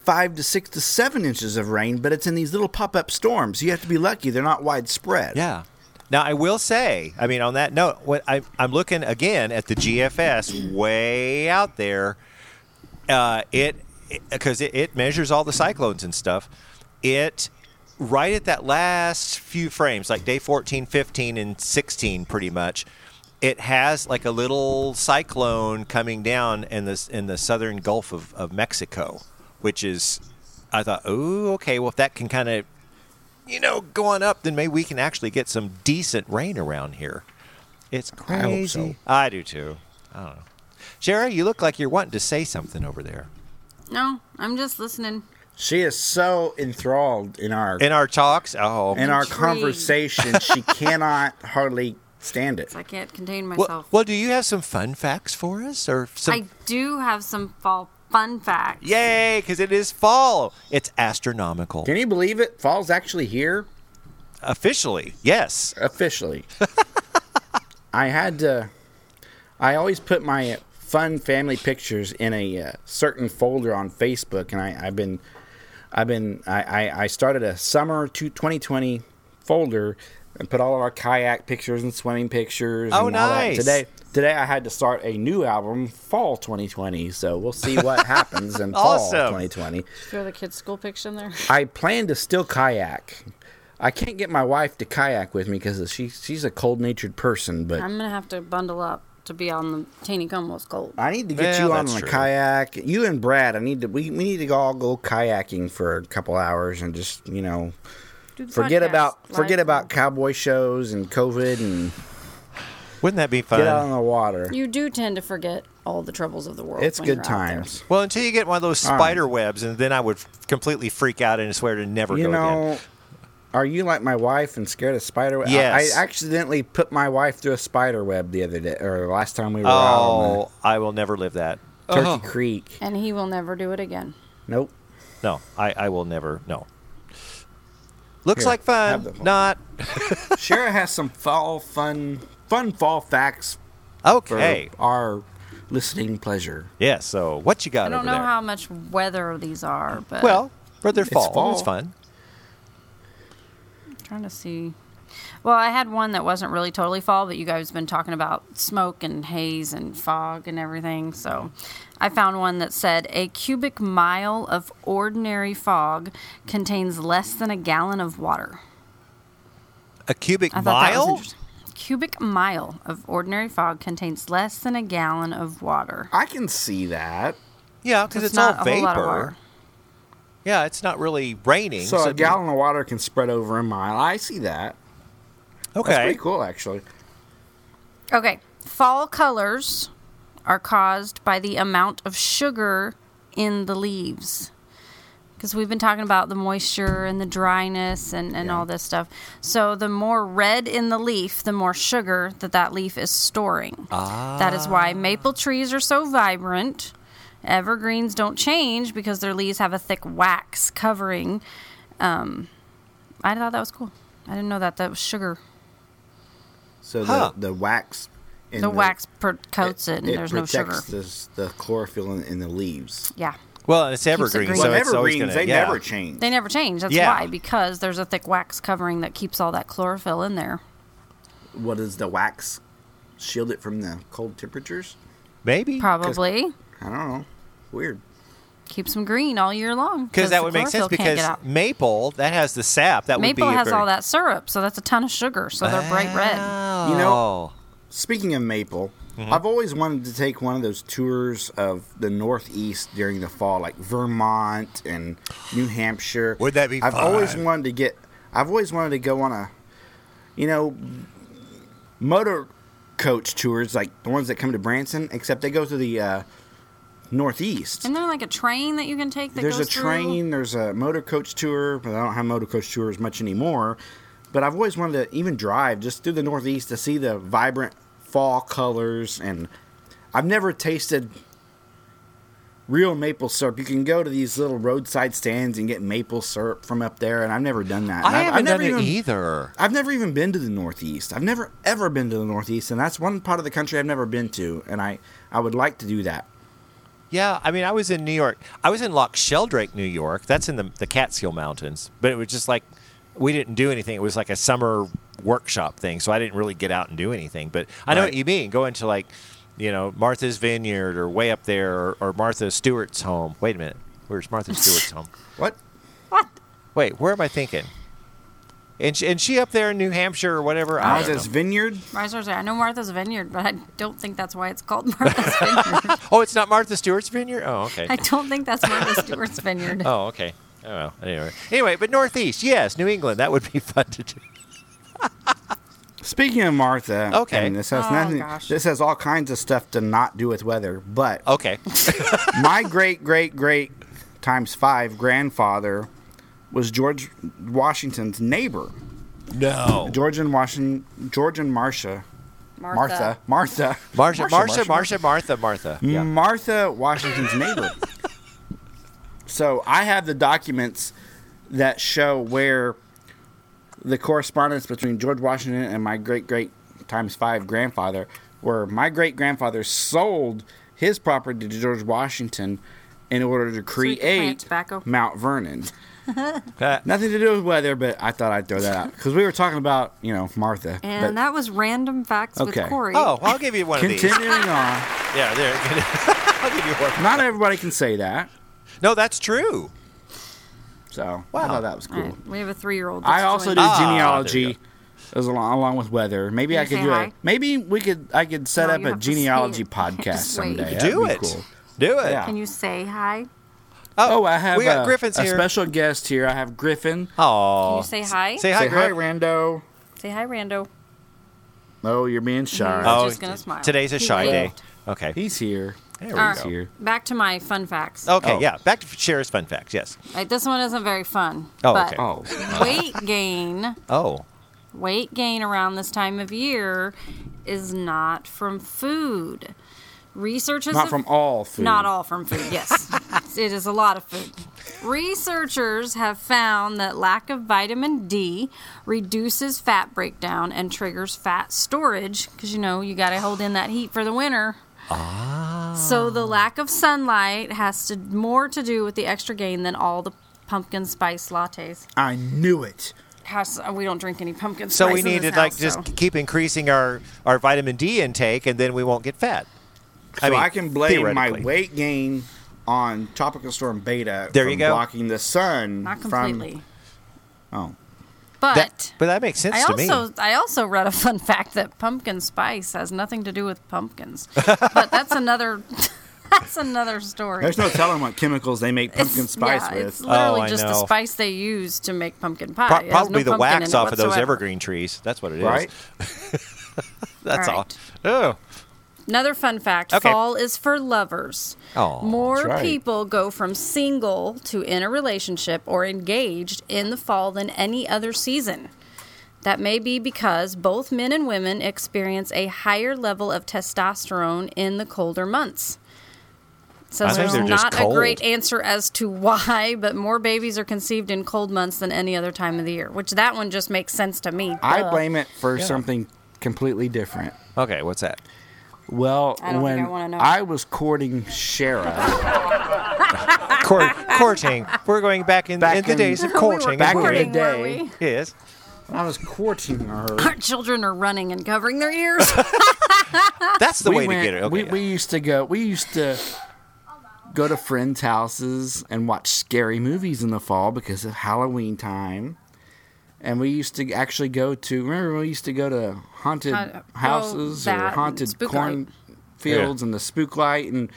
five to six to seven inches of rain, but it's in these little pop-up storms. You have to be lucky; they're not widespread. Yeah. Now I will say, I mean, on that note, what I, I'm looking again at the GFS way out there. Uh, it because it, it measures all the cyclones and stuff. It right at that last few frames, like day 14, 15, and 16, pretty much. It has like a little cyclone coming down in this in the southern Gulf of, of Mexico, which is, I thought, oh, okay. Well, if that can kind of you know, going up, then maybe we can actually get some decent rain around here. It's hope crazy. I, so. do too. I don't know. Sherry, you look like you're wanting to say something over there. No, I'm just listening. She is so enthralled in our In our talks, oh, in our Intrigued. conversation, (laughs) she cannot hardly stand it. I can't contain well, myself. well, do you have some fun facts for us, or some? I do have some fall fun facts. Yay, because it is fall. It's astronomical. Can you believe it? Fall's actually here. Officially, yes. officially. (laughs) I had to. I always put my fun family pictures in a uh, certain folder on Facebook, and I, I've been, I've been, I, I, I started a summer two- 2020 folder and put all of our kayak pictures and swimming pictures. Oh, and all that. nice. Today, today I had to start a new album, Fall 2020. So we'll see (laughs) what happens in Fall Awesome. 2020. Throw the kids' school picture in there. I plan to still kayak. I can't get my wife to kayak with me because she she's a cold natured person, but I'm gonna have to bundle up to be on the Taney Cumwell's cold. I need to get Yeah, you on that's a true. kayak. You and Brad, I need to we, we need to all go kayaking for a couple hours and just you know Do the forget podcast about live. forget about cowboy shows and COVID and Wouldn't that be fun? get out on the water. You do tend to forget all the troubles of the world. It's when good you're out there. times. Well, until you get one of those right. spider webs, and then I would completely freak out and swear to never You go know, again. are you like my wife and scared of spider web? Yes. I, I accidentally put my wife through a spider web the other day or last time we were out. on the- Oh, I will never live that. Turkey Creek. And he will never do it again. Nope. No, I, I will never. No. Looks Here, like have the fun. phone. Not. Shara has some fall fun, fun fall facts for Okay. our listening pleasure. Yeah, so what you got I don't over know there? how much weather these are, but well, for their It's fall. It's fall. fun. I'm trying to see. Well, I had one that wasn't really totally fall, but you guys have been talking about smoke and haze and fog and everything. So I found one that said a cubic mile of ordinary fog contains less than a gallon of water. A cubic I thought that was mile? interesting. Cubic mile of ordinary fog contains less than a gallon of water. I can see that. Yeah, because it's, all not a whole lot of vapor. water. Yeah, it's not really raining. So a it'd be- gallon of water can spread over a mile. I see that. Okay. That's pretty cool, actually. Okay. Fall colors are caused by the amount of sugar in the leaves. Because we've been talking about the moisture and the dryness and, and all this stuff. So, the more red in the leaf, the more sugar that that leaf is storing. That is why maple trees are so vibrant. Evergreens don't change because their leaves have a thick wax covering. Um, I thought that was cool. I didn't know that. That was sugar. So Huh. the, the wax. In the, wax per- coats it, and there's no sugar. protects this- the chlorophyll in, in the leaves. yeah. Well, and it's it evergreen, green. so Well, it's always evergreens, gonna, they yeah. never change. They never change. That's Yeah. why, because there's a thick wax covering that keeps all that chlorophyll in there. what does the wax shield it from the cold temperatures? Maybe Probably I don't know. Weird. keeps them green all year long. because that the would make sense chlorophyll can't because get out. maple that has the sap that maple would be a has very- all that syrup, so that's a ton of sugar. So they're bright red. Oh. You know- Speaking of maple, Mm-hmm. I've always wanted to take one of those tours of the Northeast during the fall, like Vermont and New Hampshire. Would that be I've always fun? wanted to get. I've always wanted to go on a, you know, motor coach tours like the ones that come to Branson, except they go through the uh, Northeast. Isn't there like a train that you can take that there's a goes train, there's a motor coach tour, but I don't have motor coach tours much anymore. But I've always wanted to even drive just through the Northeast to see the vibrant fall colors, and I've never tasted real maple syrup. You can go to these little roadside stands and get maple syrup from up there, and I've never done that. And I I've- I've haven't never done it even- either. I've never even been to the Northeast. I've never ever been to the Northeast, and that's one part of the country I've never been to, and I I would like to do that. Yeah, I mean, I was in New York. I was in Loch Sheldrake, New York. That's in the the Catskill Mountains. But it was just like we didn't do anything. It was like a summer workshop thing, so I didn't really get out and do anything. But I know Right. what you mean. Going to like, you know, Martha's Vineyard or way up there, or, or Martha Stewart's home. Wait a minute, where's Martha Stewart's home? What? Wait, where am I thinking? And she, and she up there in New Hampshire or whatever. I How's don't this know. vineyard? through. I, I know Martha's Vineyard, but I don't think that's why it's called Martha's (laughs) Vineyard. Oh, it's not Martha Stewart's vineyard. Oh, okay. I don't think that's Martha Stewart's Vineyard. Uh, Oh, okay. Oh well. Anyway, anyway, but Northeast, yes, New England. That would be (laughs) fun to do. Speaking of Martha, Okay. and this has Oh, nothing. gosh. This has all kinds of stuff to not do with weather, but Okay. (laughs) my great great great times five grandfather was George Washington's neighbor, No. George and Washington, George and Marcia, Martha, Martha, Marsha, Marsha, Marcia, Hmm. Marsha, Martha, Martha. Yeah. Martha Washington's neighbor. So I have the documents that show where the correspondence between George Washington and my great great times five grandfather, where my great grandfather sold his property to George Washington in order to he could plant create tobacco. Mount Vernon. Uh, Nothing to do with weather, but I thought I'd throw that out because we were talking about you know Martha. And but that was random facts Okay. with Corey. oh, well, I'll give you one of these. continuing on, Yeah, there. (laughs) I'll give you one. not everybody can say that. No, that's true. So I Wow. thought that was cool. All right, we have a three-year-old. that's I also joined do us. Ah, there you genealogy go. as along, along with weather. Maybe Can I you could say do hi? a maybe we could I could set No, up you a have to say genealogy it. (laughs) podcast Just wait. someday. That'd do be it. cool. Do it. Yeah. Can you say hi? Oh, I have We got a, Griffin's a here. special guest here. I have Griffin. Oh. Can you say hi? Say hi, Say hi, Griff. Rando. Say hi, Rando. Oh, you're being Mm-hmm. shy. He's just gonna t- smile. Oh, Today's a He shy day. waved. Okay. He's here. Oh, There All we He's right. go. here. Back to my fun facts. Okay, Oh. yeah. Back to Shara's fun facts. Yes. Right, this one isn't very fun. Oh, okay. but Oh, (laughs) weight gain, Oh. weight gain around this time of year is not from food. Researchers Not have- from all food. Not all from food, (laughs) yes. it is a lot of food. Researchers have found that lack of vitamin D reduces fat breakdown and triggers fat storage because you know you got to hold in that heat for the winter. Ah. So the lack of sunlight has to more to do with the extra gain than all the pumpkin spice lattes. I knew it. Has, we don't drink any pumpkin So spice. we in this need to house, like just so. keep increasing our our vitamin D intake, and then we won't get fat. So I, mean, can blame my theoretically. weight gain on Tropical Storm Beta There from you go. blocking the sun. not from- completely. oh. but That, but that makes sense I to also me. I also read a (laughs) fun fact that pumpkin spice has nothing to do with pumpkins, but that's another (laughs) that's another story. There's no telling what chemicals they make It's- pumpkin spice yeah, with. It's literally Oh, I just the know. spice they use to make pumpkin pie. Pro- It has probably no the pumpkin wax in it off of those whatsoever. evergreen trees. That's what it is. Right? That's all. Alright. Oh, Another fun fact: Okay. fall is for lovers. Aw, More that's right. people go from single to in a relationship or engaged in the fall than any other season. That may be because both men and women experience a higher level of testosterone in the colder months. So I think there's they're just not a great cold. answer as to (laughs) why, but more babies are conceived in cold months than any other time of the year. Which that one just makes sense to me. I Duh. blame it for something completely different. okay. What's that? Well, I don't think when I wanna know. I was courting Shara (laughs) Court, courting. We're going back in, Back in the in- (laughs) days of We were courting. back in the courting, day. were we? Yes. (laughs) I was courting her. Our children are running and covering their (laughs) ears. That's the we way went- to get it. Okay. we, we used to go. We used to go to friends' houses and watch scary movies in the fall because of Halloween time. And we used to actually go to. Remember, we used to go to haunted Uh, oh, houses that or and haunted spook corn fields and the spook light, and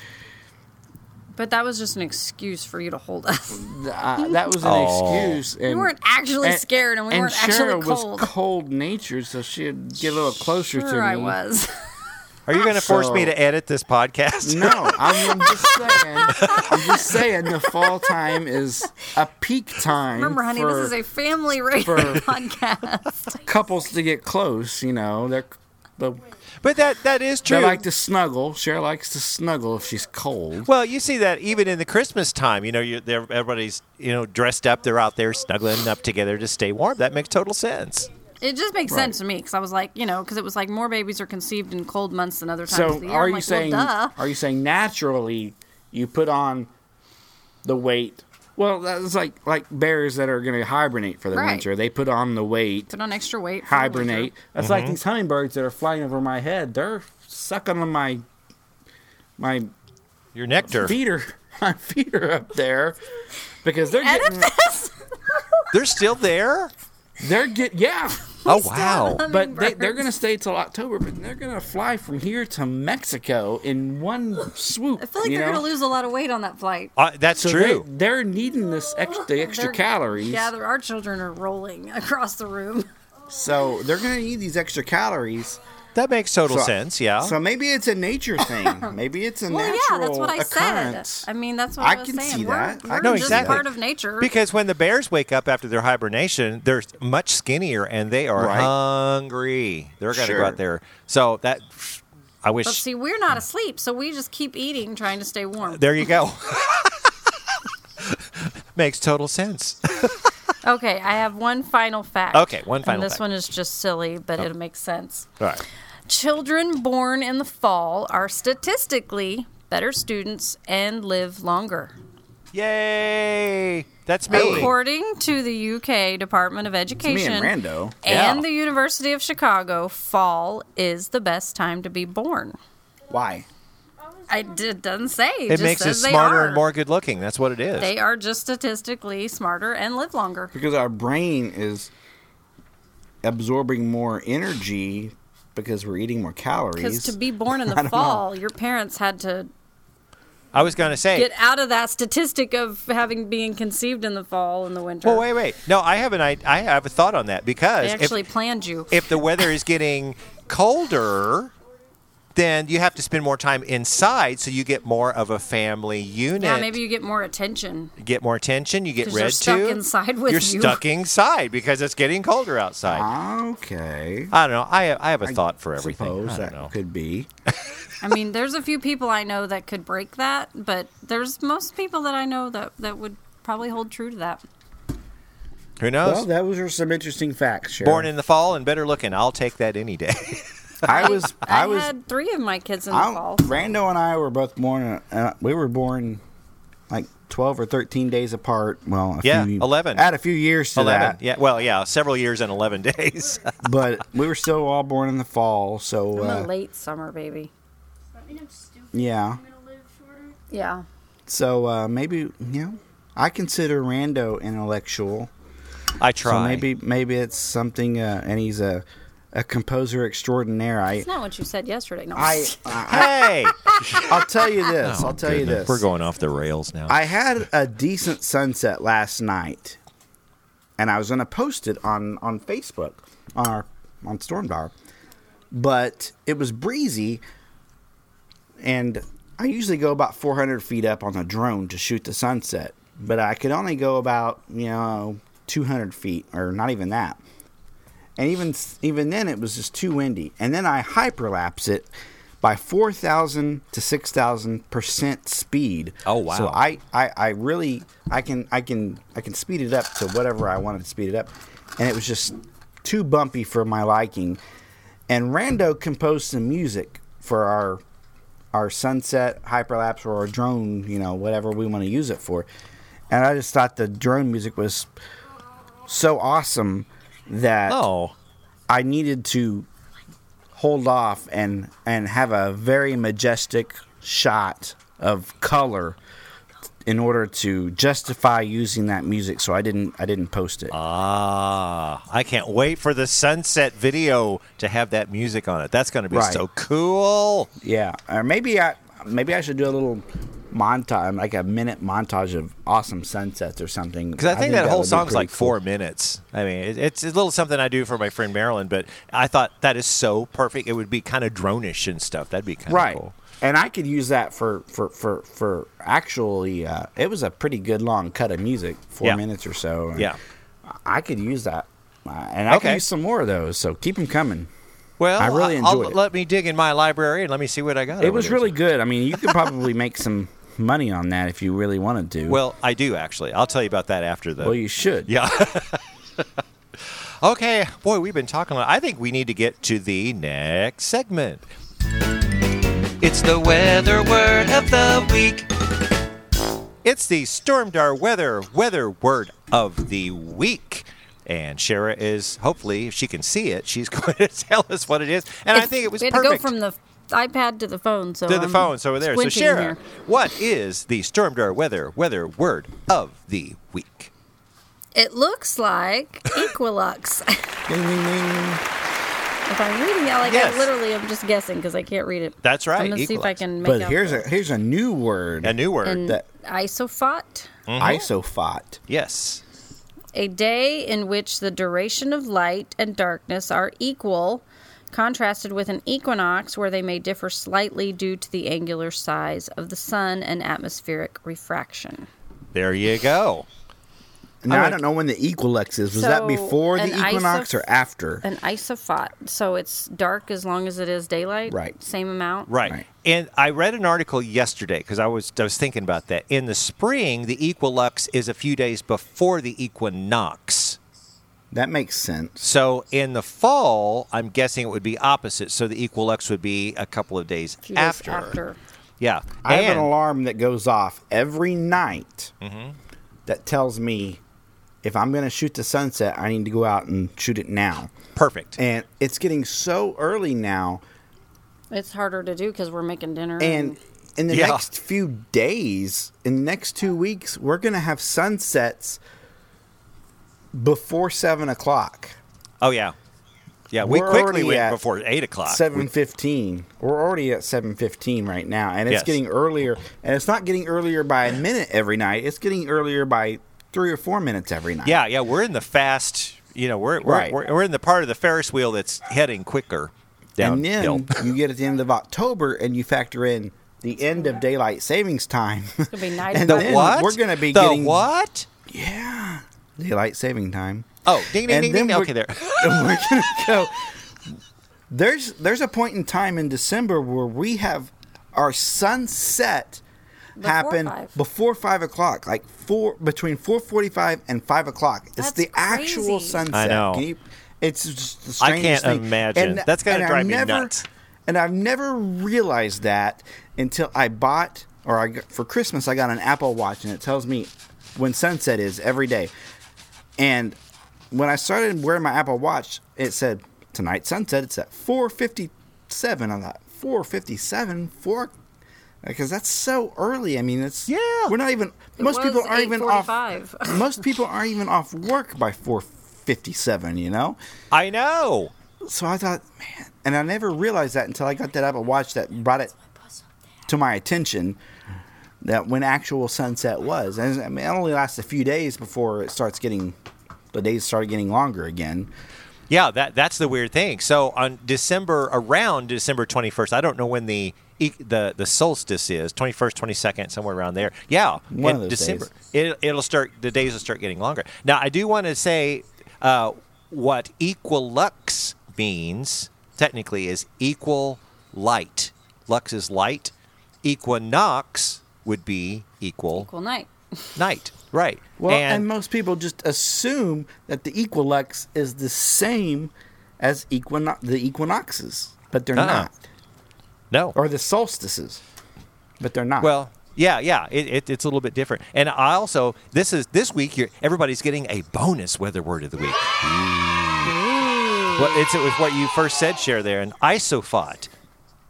But that was just an excuse for you to hold (laughs) us. uh, that was an excuse. And, We weren't actually and- scared, and we and weren't Shara actually cold. was cold natured, so she'd get a little closer to sure, me. (laughs) I was. Are you going to force me So- to edit this podcast? No, I'm just saying. I'm just saying the fall time is a peak time. Remember, honey, for this is a family rated for- (laughs) podcast. couples to get close. You know, they're the, (laughs) But that that is true. they like to snuggle. Cher likes to snuggle if she's cold. Well, you see that even in the Christmas time, you know, you they're- everybody's you know dressed up. They're out there snuggling up together to stay warm. That makes total sense. It just makes sense to me because I was like, you know, because it was like more babies are conceived in cold months than other times So of the year. are I'm you like, saying Well, duh. are you saying naturally you put on the weight? Well, that's like like bears that are going to hibernate for the Right. winter. They put on the weight. Put on extra weight. for the winter. hibernate. That's like these hummingbirds that are flying over my head. They're sucking on my my Your nectar. feet are (laughs) my feet are up there because they're getting They're still there. they're get yeah. Oh wow! But they, they're gonna stay till October. But they're gonna fly from here to Mexico in one swoop. I feel like you they're know? going to lose a lot of weight on that flight. Uh, that's So true. They, they're needing this extra the extra They're- calories. Yeah, there- our children are rolling across the room. so they're gonna need these extra calories. that makes total So- sense. Yeah. So maybe it's a nature (laughs) thing. maybe it's a Well, natural yeah, that's what I occurrence. said. I mean, that's what I, I was can saying. see we're that. I we're can No, just exactly. part of nature. because when the bears wake up after their hibernation, they're much skinnier and they are Right. hungry. They're going to Sure. go out there. So that I wish. But see, we're not asleep, so we just keep eating, trying to stay warm. There you go. (laughs) makes total sense. Okay, I have one final fact. Okay, one final And this fact. one is just silly, but Oh. it makes sense. All right. Children born in the fall are statistically better students and live longer. Yay! That's me. According to the UK Department of me Education and Rando. and Yeah. the University of Chicago, fall is the best time to be born. Why? I did, doesn't say. It just makes us says they smarter and are. more good looking. That's what it is. They are just statistically smarter and live longer. because our brain is absorbing more energy because we're eating more Because calories. to be born in (laughs) the fall, your parents had to I was going to say. get out of that statistic of having being conceived in the fall and the winter. well, wait, wait. No, I have an I, I have a thought on that because they if- actually planned you. if the weather is getting colder, then you have to spend more time inside, so you get more of a family unit. Yeah, maybe you get more attention. get more attention. You get 'Cause you're red stuck too. inside with you're you. stuck inside because it's getting colder outside. Okay. I don't know. I I have a thought for everything. Suppose I that don't know. could be. I mean, there's a few people I know that could break that, but there's most people that I know that that would probably hold true to that. Who knows? Well, those are some interesting facts. Sharon. Born in the fall and better looking. I'll take that any day. (laughs) I was. (laughs) I, I was. had three of my kids in the I, fall. Rando and I were both born. Uh, we were born like twelve or thirteen days apart. Well, a Yeah, few, 11. Add a few years (laughs) to eleven. that, Yeah. Well, yeah. Several years and eleven (laughs) days. but we were still all born in the fall. So I'm a uh, late summer baby. That mean I'm stupid. yeah, I'm gonna live shorter. Yeah. so uh, maybe you know, I consider Rando intellectual. I try. So maybe maybe it's something. Uh, and he's a a composer extraordinaire. I It's not what you said yesterday. No. I, I Hey. I'll tell you this. I'll tell you Oh, Goodness, this. We're going off the rails now. I had a decent sunset last night, and I was gonna post it on on Facebook on our on Stormdar, but it was breezy, and I usually go about 400 feet up on the drone to shoot the sunset, but I could only go about you know 200 feet or not even that, and even even then it was just too windy, and then I hyperlapse it. By four thousand to six thousand percent speed. Oh, wow. So I, I, I really I can I can I can speed it up to whatever I wanted to speed it up, and it was just too bumpy for my liking. And Rando composed some music for our our sunset hyperlapse or our drone, you know, whatever we want to use it for. And I just thought the drone music was so awesome that oh. I needed to hold off and and have a very majestic shot of color in order to justify using that music so I didn't I didn't post it. Uh. Ah, I can't wait for the sunset video to have that music on it. That's going to be Right. so cool. yeah. Or maybe I maybe I should do a little montage like a minute montage of awesome sunsets or something. Because I, think that, whole would be song's pretty like cool. four minutes. I mean, it, it's a little something I do for my friend Marilyn, but I thought that is so perfect. It would be kind of drone-ish and stuff. That'd be kind of right cool. and i could use that for for for for actually uh, it was a pretty good long cut of music four Yeah. minutes or so and Yeah. i could use that uh, and i Okay. could use some more of those so keep them coming Well, I really I'll- enjoyed it. Let me dig in my library and let me see what I got. it over was there. really good i mean you could probably (laughs) make some money on that if you really wanted to well. I do actually. I'll tell you about that after the. well you should yeah. okay, boy, we've been talking. a lot. I think we need to get to the next segment. It's the weather word of the week. It's the Stormdar weather weather word of the week. And Shara is hopefully, if she can see it, she's (laughs) going to tell us what it is. And I think it was we had perfect to go from the iPad to the phone. So to the I'm phone, so we're there. So squinting Shara, here. what is the Stormdar weather weather word of the week? it looks (laughs) like (laughs) Equilux. if Ding, ding, ding. I'm reading it, like Yes. I literally am just guessing because I can't read it. That's right, I'm gonna see if I Equilux. can make but out here's the- a here's a new word A new mm-hmm. word. and that- isophot. Mm. isophot yes. A day in which the duration of light and darkness are equal, contrasted with an equinox where they may differ slightly due to the angular size of the sun and atmospheric refraction. There you go. now i don't know when the equinox is was that So, before the an equinox isoph- or after An isophot, so it's dark as long as it is daylight. Right. Same amount. Right. Right. And I read an article yesterday because I was I was thinking about that. In the spring, the equilux is a few days before the equinox. that makes sense So in the fall, I'm guessing it would be opposite. So the equilux would be a couple of days, Few days after. after. Yeah. I have an And- alarm that goes off every night Mm-hmm. that tells me if I'm going to shoot the sunset, I need to go out and shoot it now. Perfect. And it's getting so early now, It's harder to do because we're making dinner. and in the Mm. Yeah. next few days, in the next two weeks, we're going to have sunsets before seven o'clock, oh yeah. Yeah. We We're quickly already went at before eight o'clock. seven fifteen. We're already at seven fifteen right now, and it's Yes. getting earlier. And it's not getting earlier by a minute every night. It's getting earlier by three or four minutes every night. Yeah. Yeah. We're in the fast. You know, we're we're, Right. we're we're in the part of the Ferris wheel that's heading quicker. and then Downhill. you get at the end of October and you factor in the end of daylight savings time. (laughs) It'll (laughs) be night. and The then what? we're going to be the getting what? Yeah, daylight saving time. Oh, ding ding And ding then ding. we're- Okay, there. And we're gonna go. There's there's a point in time in December where we have our sunset happen five. before five o'clock, like four between four forty-five and five o'clock. It's That's the actual crazy. sunset. I know. Can you, it's just the I can't strangest thing. imagine. That's gotta and I drive me never- nuts. And I've never realized that until I bought or I got- for Christmas I got an Apple Watch and it tells me when sunset is every day. And when I started wearing my Apple Watch, it said tonight sunset. It's at 4:57. I thought 4:57, four, because that's so early. I mean, it's Yeah. We're not even. It most people was aren't even off. (laughs) 8:45. most people aren't even off work by 4:57. You know. (laughs) I know. So I thought, man, and I never realized that until I got that Apple Watch that brought it to my attention that when actual sunset was. And I mean, it only lasts a few days before it starts getting, the days start getting longer again. Yeah, that that's the weird thing. So on December around December 21st, I don't know when the e- the the solstice is 21st 22nd somewhere around there yeah One of in those december days. it, it'll start the days will start getting longer now i do want to say uh, what equilux means technically is equal light lux is light equinox would be equal, (laughs) Cool night. night right Well, and, most people just assume that the equilux is the same as equino- the equinoxes, but they're Uh-uh. not. no Or the solstices, but they're not. Well, yeah, yeah, it, it, it's a little bit different. And I also this is this week. You're, everybody's getting a bonus weather word of the week. Well, it's it was what you first said, share there, an isophote,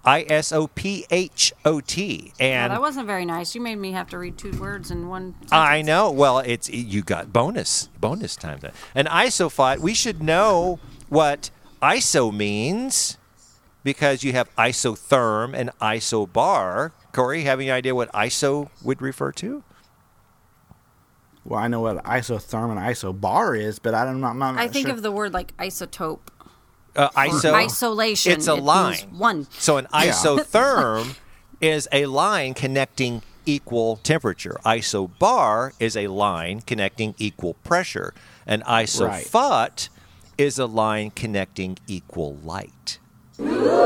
I S O P H O T, Wow, and Uh, that wasn't very nice. You made me have to read two words in one. Sentence. I know. Well, it's you got bonus bonus time then. An isophote. We should know what iso means because you have isotherm and isobar. Corey, have any idea what iso would refer to? well, I know what isotherm and isobar is, but I don't, I'm not. I think of the word like isotope. Uh, iso. Isolation. It's a It means line. One. So an isotherm (laughs) is a line connecting equal temperature. Isobar is a line connecting equal pressure. An isophot is a line connecting equal light.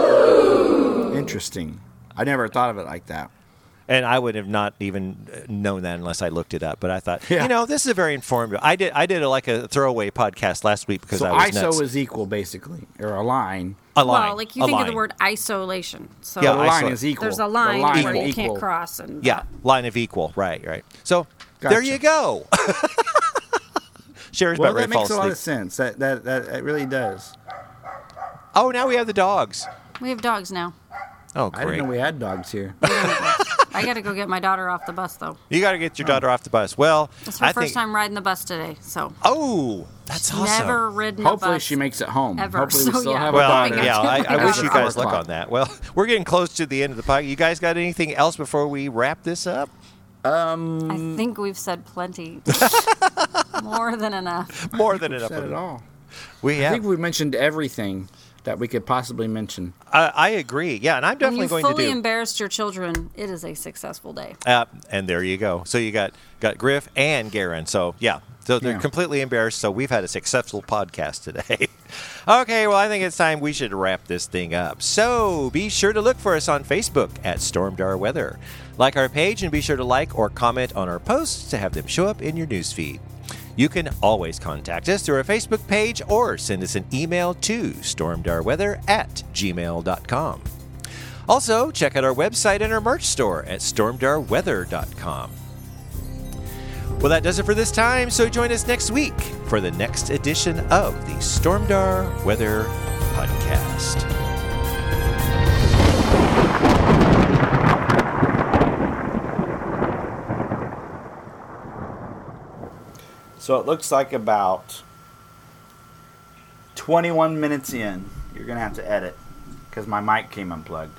Oh. Interesting. I never thought of it like that. And I would have not even uh, known that unless I looked it up. But I thought, Yeah. you know, this is a very informative. I did I did a, like a throwaway podcast last week because So I was ISO nuts. is equal, basically, or a line. a line. Well, like you a think of the line. word isolation. So Yeah, The line iso- is equal. there's a The line, line where is you equal. can't cross. And Yeah, line of equal. Right, right. So there Gotcha. you go. (laughs) Sherry's Well, about ready to that fall makes a lot of asleep. sense. That that that, that really does. Oh, now we have the dogs. we have dogs now. Oh, I great. didn't know we had dogs here. I got to go get my daughter off the bus though. you got to get your daughter off the bus. Well, It's (laughs) her I first think. time riding the bus today, so Oh, that's she's awesome. never ridden. a Hopefully bus she makes it home. ever. Hopefully So, we still yeah. have a well, daughter. yeah, (laughs) I, Hopefully I wish you it's four guys luck on that. Well, (laughs) we're getting close to the end of the podcast. You guys got anything else before we wrap this up? I Mm. think we've (laughs) said plenty, more than enough. More than enough. Not of at it. all. We I have. think we mentioned everything that we could possibly mention. I, I agree. Yeah, and I'm When definitely you going to fully do. embarrassed your children, it is a successful day. Uh, and there you go. So you got got Griff and Garen. So yeah, so they're Yeah. completely embarrassed. So we've had a successful podcast today. (laughs) okay, well I think it's time we should wrap this thing up. So be sure to look for us on Facebook at Stormdar Weather, like our page, and be sure to like or comment on our posts to have them show up in your newsfeed. You can always contact us through our Facebook page or send us an email to stormdarweather at gmail.com. Also, check out our website and our merch store at stormdarweather.com. Well, that does it for this time, so join us next week for the next edition of the Stormdar Weather Podcast. So it looks like about 21 minutes in, you're gonna have to edit because my mic came unplugged.